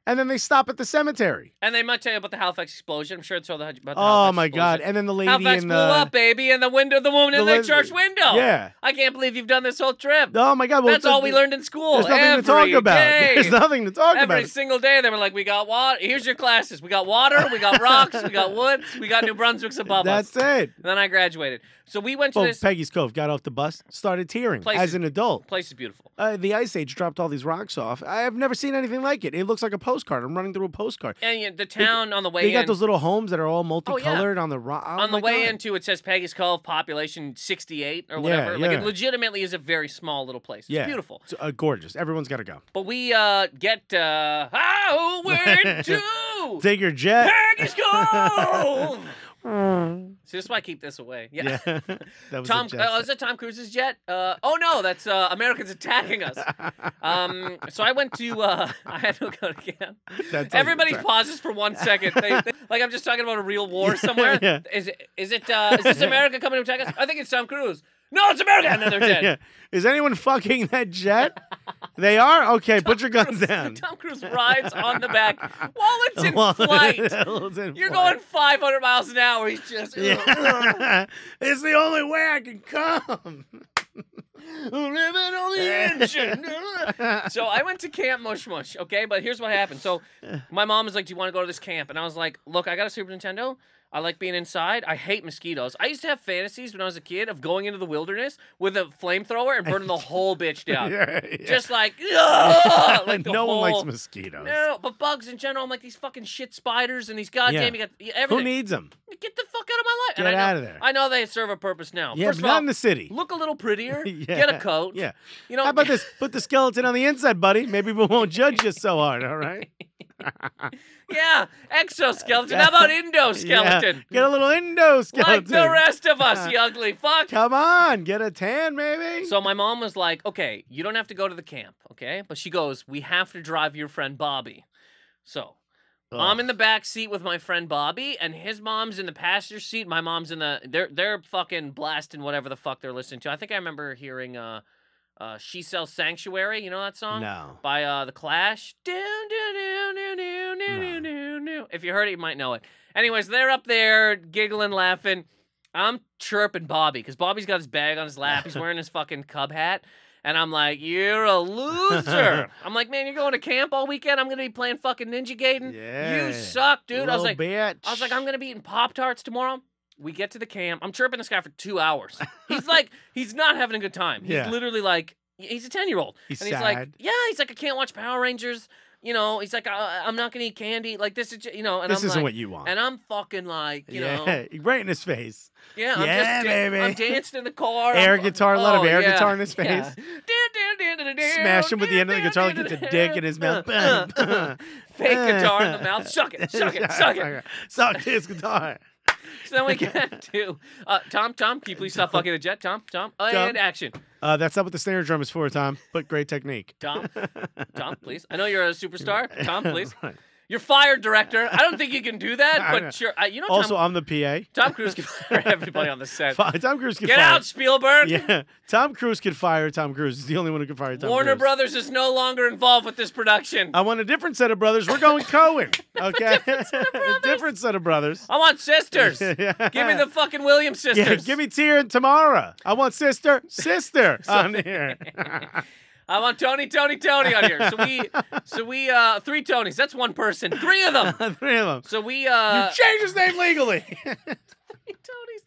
Speaker 2: And then they stop at the cemetery.
Speaker 1: And they might tell you about the Halifax explosion. I'm sure it's all the, about the
Speaker 2: Oh
Speaker 1: Halifax
Speaker 2: my God.
Speaker 1: explosion.
Speaker 2: And then the lady
Speaker 1: Halifax
Speaker 2: in
Speaker 1: blew
Speaker 2: the
Speaker 1: up, baby, and the window, the woman
Speaker 2: the
Speaker 1: in the
Speaker 2: lin-
Speaker 1: church window.
Speaker 2: Yeah.
Speaker 1: I can't believe you've done this whole trip.
Speaker 2: Oh my God. Well,
Speaker 1: That's
Speaker 2: th-
Speaker 1: all we learned in school.
Speaker 2: There's nothing
Speaker 1: every
Speaker 2: to talk about.
Speaker 1: day.
Speaker 2: There's nothing to talk
Speaker 1: Every
Speaker 2: about.
Speaker 1: single day, they were like, "We got water. Here's your classes. We got water. We got rocks. we got woods. We got New Brunswick's above
Speaker 2: That's Oh,
Speaker 1: us."
Speaker 2: it.
Speaker 1: And then I graduated. So we went to
Speaker 2: Well,
Speaker 1: this
Speaker 2: Peggy's Cove got off the bus, started tearing
Speaker 1: Place
Speaker 2: as
Speaker 1: is-
Speaker 2: an adult.
Speaker 1: place is beautiful.
Speaker 2: Uh, the Ice Age dropped all these rocks off. I have never seen anything like it. It looks like a postcard. I'm running through a postcard.
Speaker 1: And you know, the town on the way
Speaker 2: They
Speaker 1: in, Oh,
Speaker 2: got those little homes that are all multicolored on the oh rock.
Speaker 1: on the way into it says Peggy's Cove, population 68 or whatever. like
Speaker 2: yeah.
Speaker 1: it legitimately is a very small little place. It's
Speaker 2: Yeah.
Speaker 1: beautiful.
Speaker 2: It's, uh, gorgeous. Everyone's got to go.
Speaker 1: But we uh, get uh, oh, we're to
Speaker 2: Take your jet.
Speaker 1: Peggy's Cove.
Speaker 2: Mm.
Speaker 1: See, this is why I keep this away. Yeah.
Speaker 2: yeah. that was
Speaker 1: Tom,
Speaker 2: a jet
Speaker 1: uh, is
Speaker 2: set.
Speaker 1: that Tom Cruise's jet? Uh, oh no, that's uh, Americans attacking us. Um, so I went to, uh, I had to go to camp.
Speaker 2: That's all you-
Speaker 1: Everybody
Speaker 2: sorry.
Speaker 1: pauses for one second. They, they- like I'm just talking about a real war somewhere.
Speaker 2: yeah.
Speaker 1: Is it? Is it? Uh, is this America coming to attack us? I think it's Tom Cruise. No, it's America. And then they're dead.
Speaker 2: Yeah. Is anyone fucking that jet? they are? Okay, put your guns down.
Speaker 1: Tom Cruise rides on the back while it's in
Speaker 2: Well,
Speaker 1: flight.
Speaker 2: it's in
Speaker 1: You're
Speaker 2: flight.
Speaker 1: going 500 miles an hour. He's just.
Speaker 2: Yeah. it's the only way I can come. I'm living on the
Speaker 1: engine.
Speaker 2: edge.
Speaker 1: so I went to Camp Mush Mush, okay? But here's what happened. So my mom was like, Do you want to go to this camp? And I was like, Look, I got a Super Nintendo. I like being inside. I hate mosquitoes. I used to have fantasies when I was a kid of going into the wilderness with a flamethrower and burning the whole bitch down.
Speaker 2: Yeah, yeah.
Speaker 1: Just like, "Ugh," like the
Speaker 2: no one
Speaker 1: whole-
Speaker 2: likes mosquitoes.
Speaker 1: No, but bugs in general, I'm like these fucking shit spiders and these goddamn, you got
Speaker 2: Who
Speaker 1: everything.
Speaker 2: needs them?
Speaker 1: Get the fuck out of my life. and
Speaker 2: Get
Speaker 1: I know,
Speaker 2: out of there.
Speaker 1: I know they serve a purpose now.
Speaker 2: yeah,
Speaker 1: First
Speaker 2: but
Speaker 1: of
Speaker 2: not
Speaker 1: all,
Speaker 2: in the city.
Speaker 1: look a little prettier.
Speaker 2: Yeah,
Speaker 1: Get a coat.
Speaker 2: Yeah.
Speaker 1: You know.
Speaker 2: How about this? Put the skeleton on the inside, buddy. Maybe we won't judge you so hard. All right.
Speaker 1: Yeah. Exoskeleton. How about endoskeleton?
Speaker 2: Get a little indo skeleton.
Speaker 1: Like the rest of us, you ugly fuck.
Speaker 2: Come on, get a tan, maybe.
Speaker 1: So my mom was like, okay, you don't have to go to the camp, okay? But she goes, we have to drive your friend Bobby. So I'm in the back seat with my friend Bobby, and his mom's in the passenger seat. My mom's in the they're they're fucking blasting whatever the fuck they're listening to. I think I remember hearing uh, uh, "She Sells Sanctuary." You know that song
Speaker 2: no.
Speaker 1: by uh, the Clash. Doo, doo, doo, doo, doo, doo, doo, doo, doo. If you heard it, you might know it. Anyways, they're up there giggling, laughing. I'm chirping Bobby because Bobby's got his bag on his lap. He's wearing his fucking cub hat. And I'm like, you're a loser. I'm like, man, you're going to camp all weekend. I'm gonna be playing fucking Ninja Gaiden.
Speaker 2: Yeah.
Speaker 1: You suck, dude. I was
Speaker 2: Little
Speaker 1: like,
Speaker 2: bitch.
Speaker 1: I was like, I'm gonna be eating Pop Tarts tomorrow. We get to the camp. I'm chirping this guy for two hours. He's like, he's not having a good time. He's
Speaker 2: Yeah.
Speaker 1: literally like, he's a ten year old,
Speaker 2: He's
Speaker 1: and he's like,
Speaker 2: sad.
Speaker 1: yeah, he's like, I can't watch Power Rangers. You know, he's like, I, I'm not gonna eat candy. Like this is, ju- you know, and
Speaker 2: this
Speaker 1: I'm
Speaker 2: isn't
Speaker 1: like,
Speaker 2: what you want.
Speaker 1: and I'm fucking like, you
Speaker 2: yeah,
Speaker 1: know,
Speaker 2: right in his face.
Speaker 1: yeah, I'm
Speaker 2: Yeah,
Speaker 1: just, dan-
Speaker 2: baby.
Speaker 1: I'm dancing in the car.
Speaker 2: Air
Speaker 1: I'm-
Speaker 2: guitar, a lot of
Speaker 1: oh,
Speaker 2: air
Speaker 1: yeah,
Speaker 2: guitar in his
Speaker 1: yeah.
Speaker 2: face.
Speaker 1: Dun, dun, dun, dun, dun,
Speaker 2: Smash him with the end of the
Speaker 1: dun,
Speaker 2: guitar like
Speaker 1: dun,
Speaker 2: it's a
Speaker 1: dun,
Speaker 2: dick in his
Speaker 1: dun,
Speaker 2: mouth.
Speaker 1: uh,
Speaker 2: Bang,
Speaker 1: uh.
Speaker 2: bang.
Speaker 1: Fake guitar in the mouth. Suck it, suck it, suck it.
Speaker 2: Suck his guitar.
Speaker 1: So then we get to uh, Tom. Tom, can you please stop fucking the jet? Tom, Tom, and
Speaker 2: Tom.
Speaker 1: action.
Speaker 2: Uh, that's not what the snare drum is for, Tom, but great technique.
Speaker 1: Tom, Tom, please. I know you're a superstar. Tom, please.
Speaker 2: Right.
Speaker 1: You're fired, director. I don't think you can do that,
Speaker 2: I know.
Speaker 1: but sure. Uh, you know,
Speaker 2: Also,
Speaker 1: Tom,
Speaker 2: I'm the PA.
Speaker 1: Tom Cruise can fire everybody on the set.
Speaker 2: Fi- Tom Cruise can
Speaker 1: Get
Speaker 2: fire.
Speaker 1: out, Spielberg.
Speaker 2: Yeah, Tom Cruise could fire Tom Cruise. He's the only one who could fire Tom
Speaker 1: Warner
Speaker 2: Cruise. Oh.
Speaker 1: Brothers is no longer involved with this production.
Speaker 2: I want a different set of brothers. We're going Cohen. Okay, a different set of brothers.
Speaker 1: I want sisters. Give
Speaker 2: Yeah.
Speaker 1: me the fucking Williams sisters.
Speaker 2: Yeah, give me Tyr and Tamara. I want sister, sister on here.
Speaker 1: I want Tony, Tony, Tony on here. So we, so we, uh, three Tonys. That's one person. Three of them.
Speaker 2: Three of them.
Speaker 1: So we, uh,
Speaker 2: Change his name legally.
Speaker 1: Tony's.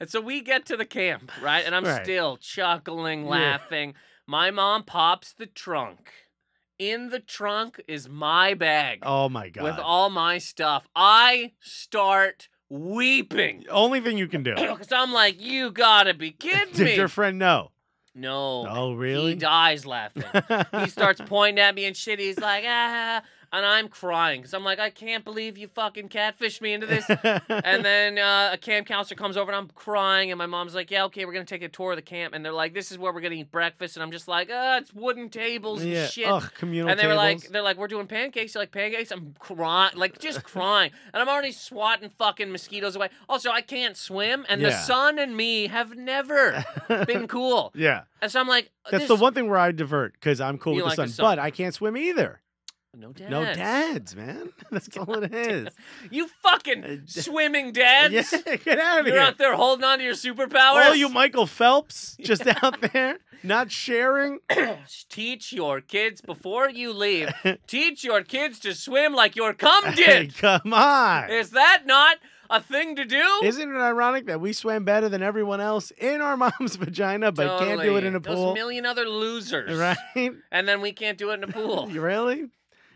Speaker 1: And so we get to the camp, right? And I'm
Speaker 2: Right.
Speaker 1: still chuckling,
Speaker 2: Yeah.
Speaker 1: laughing. My mom pops the trunk. In the trunk is my bag
Speaker 2: oh my god.
Speaker 1: with all my stuff. I start weeping
Speaker 2: Only thing you can do.
Speaker 1: because I'm like, you gotta be kidding
Speaker 2: Did
Speaker 1: me.
Speaker 2: your friend know?
Speaker 1: no.
Speaker 2: Oh
Speaker 1: He
Speaker 2: really?
Speaker 1: dies laughing. he starts pointing at me and shit. He's like, ah. And I'm crying because I'm like, I can't believe you fucking catfished me into this and then uh, a camp counselor comes over and I'm crying, and my mom's like, "Yeah, okay, we're gonna take a tour of the camp," and they're like, "This is where we're gonna eat breakfast," and I'm just like, "Ah, it's wooden tables and
Speaker 2: yeah.
Speaker 1: shit."
Speaker 2: Ugh, communal
Speaker 1: and they were like,
Speaker 2: tables.
Speaker 1: "They're like, we're doing pancakes." You're like, "Pancakes?" I'm crying, like just crying, and I'm already swatting fucking mosquitoes away. Also, I can't swim, and the
Speaker 2: Yeah.
Speaker 1: sun and me have never been cool,
Speaker 2: yeah.
Speaker 1: and so I'm like,
Speaker 2: That's
Speaker 1: uh, this-
Speaker 2: the one thing where I divert because I'm cool
Speaker 1: You
Speaker 2: with the
Speaker 1: like the
Speaker 2: sun,
Speaker 1: sun.
Speaker 2: but I can't swim either.
Speaker 1: No dads.
Speaker 2: No dads, man. That's all it is.
Speaker 1: You
Speaker 2: Uh,
Speaker 1: fucking
Speaker 2: d-
Speaker 1: swimming dads.
Speaker 2: Yeah, get out of
Speaker 1: You're
Speaker 2: here.
Speaker 1: out there holding on to your superpowers.
Speaker 2: All you Michael Phelps just out there not sharing.
Speaker 1: teach your kids before you leave. teach your kids to swim like your cum did.
Speaker 2: come on.
Speaker 1: Is that not a thing to do?
Speaker 2: Isn't it ironic that we swam better than everyone else in our mom's vagina, but can't do it
Speaker 1: Totally.
Speaker 2: in a
Speaker 1: Those
Speaker 2: pool?
Speaker 1: million other losers,
Speaker 2: Right?
Speaker 1: and then we can't do it in a pool.
Speaker 2: You really?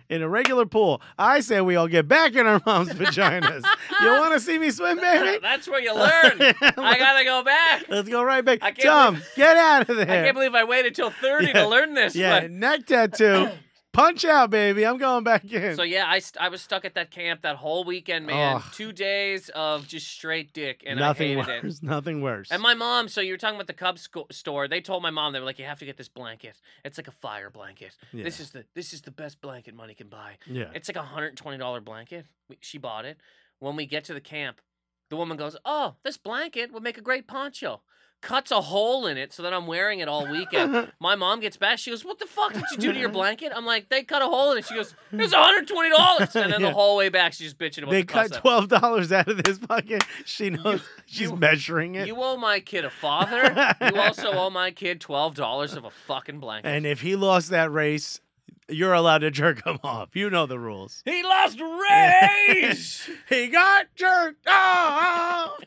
Speaker 2: In a regular pool. I say we all get back in our mom's vaginas. you want to see me swim, baby?
Speaker 1: That's where you learn. I gotta go back.
Speaker 2: Let's go right back.
Speaker 1: I can't
Speaker 2: Tom, get out of there.
Speaker 1: I can't believe I waited till thirty
Speaker 2: Yeah.
Speaker 1: to learn this.
Speaker 2: yeah,
Speaker 1: but-
Speaker 2: neck tattoo. Punch out, baby. I'm going back in.
Speaker 1: So yeah, I, st- I was stuck at that camp that whole weekend, man.
Speaker 2: Ugh.
Speaker 1: Two days of just straight dick, and
Speaker 2: nothing
Speaker 1: I hated it.
Speaker 2: worse. Nothing worse.
Speaker 1: And my mom, so you were talking about the Cubs sco- store. They told my mom they were like, "You have to get this blanket. It's like a fire blanket.
Speaker 2: yeah.
Speaker 1: This is the this is the best blanket money can buy.
Speaker 2: yeah.
Speaker 1: It's like a hundred twenty dollar blanket. We, she bought it. When we get to the camp, the woman goes, "Oh, this blanket would make a great poncho." Cuts a hole in it so that I'm wearing it all weekend. my mom gets back. She goes, "What the fuck did you do to your blanket?" I'm like, "They cut a hole in it." She goes, "It's hundred twenty dollars." And then
Speaker 2: Yeah.
Speaker 1: the whole way back, she's bitching about
Speaker 2: they
Speaker 1: the cost
Speaker 2: cut
Speaker 1: of it.
Speaker 2: twelve dollars out of this bucket. She knows she's
Speaker 1: you-
Speaker 2: measuring it.
Speaker 1: You owe my kid a father. you also owe my kid twelve dollars of a fucking blanket.
Speaker 2: and if he lost that race, you're allowed to jerk him off. You know the rules.
Speaker 1: he lost race.
Speaker 2: He got jerked off.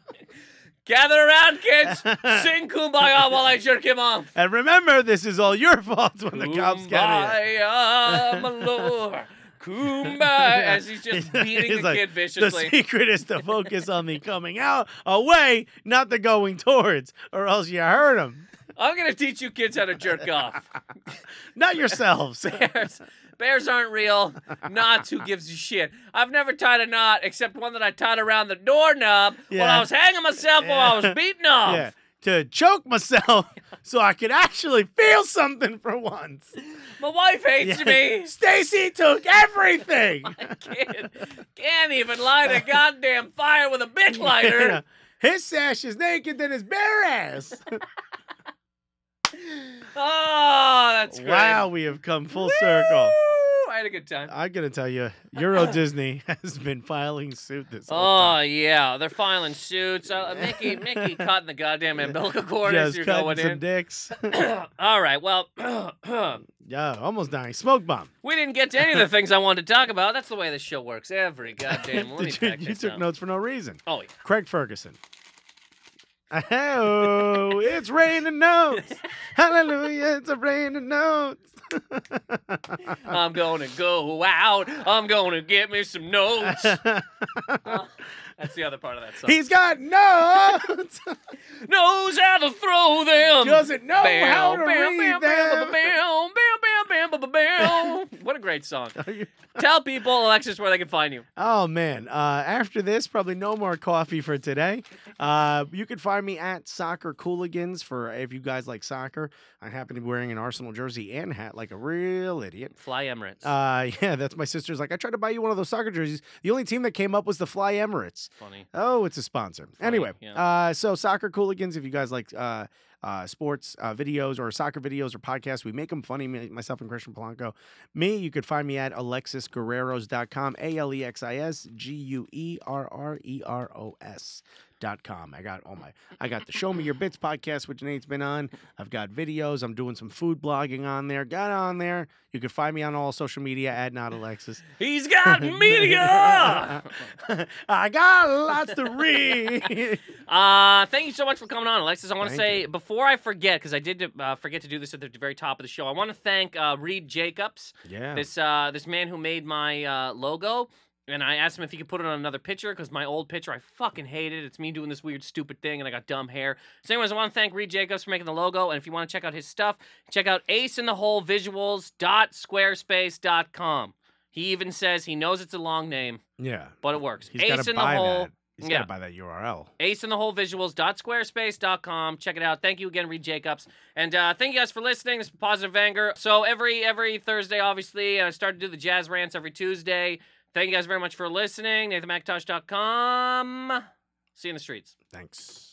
Speaker 1: Gather around, kids. Sing kumbaya while I jerk him off.
Speaker 2: and remember, this is all your fault when the cops get here.
Speaker 1: Kumbaya, my lord. Kumbaya
Speaker 2: Yeah.
Speaker 1: as he's just beating
Speaker 2: He's
Speaker 1: the
Speaker 2: like,
Speaker 1: kid
Speaker 2: The
Speaker 1: viciously.
Speaker 2: secret is to focus on the coming out away, not the going towards, or else you hurt them.
Speaker 1: I'm gonna teach you kids how to jerk off.
Speaker 2: Not yourselves.
Speaker 1: Bears, bears aren't real. Knots, who gives a shit? I've never tied a knot except one that I tied around the doorknob while
Speaker 2: Yeah.
Speaker 1: I was hanging myself while I was
Speaker 2: Yeah.
Speaker 1: beaten off.
Speaker 2: yeah, to choke myself so I could actually feel something for once.
Speaker 1: My wife hates
Speaker 2: Yeah.
Speaker 1: me.
Speaker 2: Stacy took everything.
Speaker 1: I can't, can't even light a goddamn fire with a big
Speaker 2: Yeah.
Speaker 1: lighter.
Speaker 2: His sash is naked than his bare ass.
Speaker 1: Oh, that's great.
Speaker 2: wow, we have come full circle.
Speaker 1: Woo! I had a good time.
Speaker 2: I'm gonna tell you, Euro Disney has been filing suit this whole time.
Speaker 1: Oh yeah, they're filing suits. Uh, Mickey, Mickey caught in the goddamn umbilical cord as
Speaker 2: Just
Speaker 1: you're
Speaker 2: cutting
Speaker 1: going
Speaker 2: some
Speaker 1: in.
Speaker 2: dicks.
Speaker 1: All right, well,
Speaker 2: yeah, almost dying. Smoke bomb.
Speaker 1: we didn't get to any of the things I wanted to talk about. That's the way this show works. Every goddamn. Let me
Speaker 2: Did you,
Speaker 1: pack
Speaker 2: you
Speaker 1: this
Speaker 2: took
Speaker 1: up.
Speaker 2: notes for no reason.
Speaker 1: Oh,
Speaker 2: Craig Ferguson. Oh, it's raining notes. Hallelujah, it's a raining notes. Uh,
Speaker 1: I'm gonna go out. I'm gonna get me some notes. Uh, that's the other part of that song.
Speaker 2: He's got notes.
Speaker 1: knows how to throw them.
Speaker 2: Doesn't know
Speaker 1: Bam,
Speaker 2: how to
Speaker 1: bam, bam,
Speaker 2: read
Speaker 1: bam,
Speaker 2: them.
Speaker 1: bam, bam, bam, bam, bam, bam, bam. What a great song. Tell people, Alexis, where they can find you.
Speaker 2: Oh man! Uh, after this, probably no more coffee for today. Uh, you can find me at Soccer Cooligans for if you guys like soccer. I happen to be wearing an Arsenal jersey and hat like a real idiot.
Speaker 1: Fly Emirates.
Speaker 2: Uh, yeah, that's my sister's. Like, I tried to buy you one of those soccer jerseys. The only team that came up was the Fly Emirates.
Speaker 1: Funny.
Speaker 2: Oh, it's a sponsor. anyway,
Speaker 1: yeah.
Speaker 2: uh, so soccer cooligans. If you guys like uh, uh, sports uh, videos or soccer videos or podcasts, we make them funny. me- Myself and Christian Polanco. Me, you could find me at alexisguerreros.com. A L E X I S G U E R R E R O S. Dot com. I got all my. I got the Show Me Your Bits podcast, which Nate's been on. I've got videos. I'm doing some food blogging on there. Got on there. You can find me on all social media at Not Alexis.
Speaker 1: He's got media.
Speaker 2: I got lots to read.
Speaker 1: Uh, thank you so much for coming on, Alexis. I want to
Speaker 2: Thank
Speaker 1: say before I forget, because I did uh, forget to do this at the very top of the show. I want to thank uh, Reed Jacobs,
Speaker 2: Yeah.
Speaker 1: this uh, this man who made my uh, logo. And I asked him if he could put it on another picture because my old picture I fucking hated. It's me doing this weird, stupid thing, and I got dumb hair. So, anyways, I want to thank Reed Jacobs for making the logo. And if you want to check out his stuff, check out aceinthehole.visuals.squarespace.com. He even says he knows it's a long name,
Speaker 2: yeah.
Speaker 1: but it works.
Speaker 2: He's got to buy that. He's got
Speaker 1: Yeah.
Speaker 2: to buy that URL.
Speaker 1: Ace in the Hole Visuals.squarespace.com. Check it out. Thank you again, Reed Jacobs. And uh, thank you guys for listening. This is Positive Anger. So every every Thursday, obviously, and I start to do the jazz rants every Tuesday. Thank you guys very much for listening. NathanMcIntosh.com. See you in the streets.
Speaker 2: Thanks.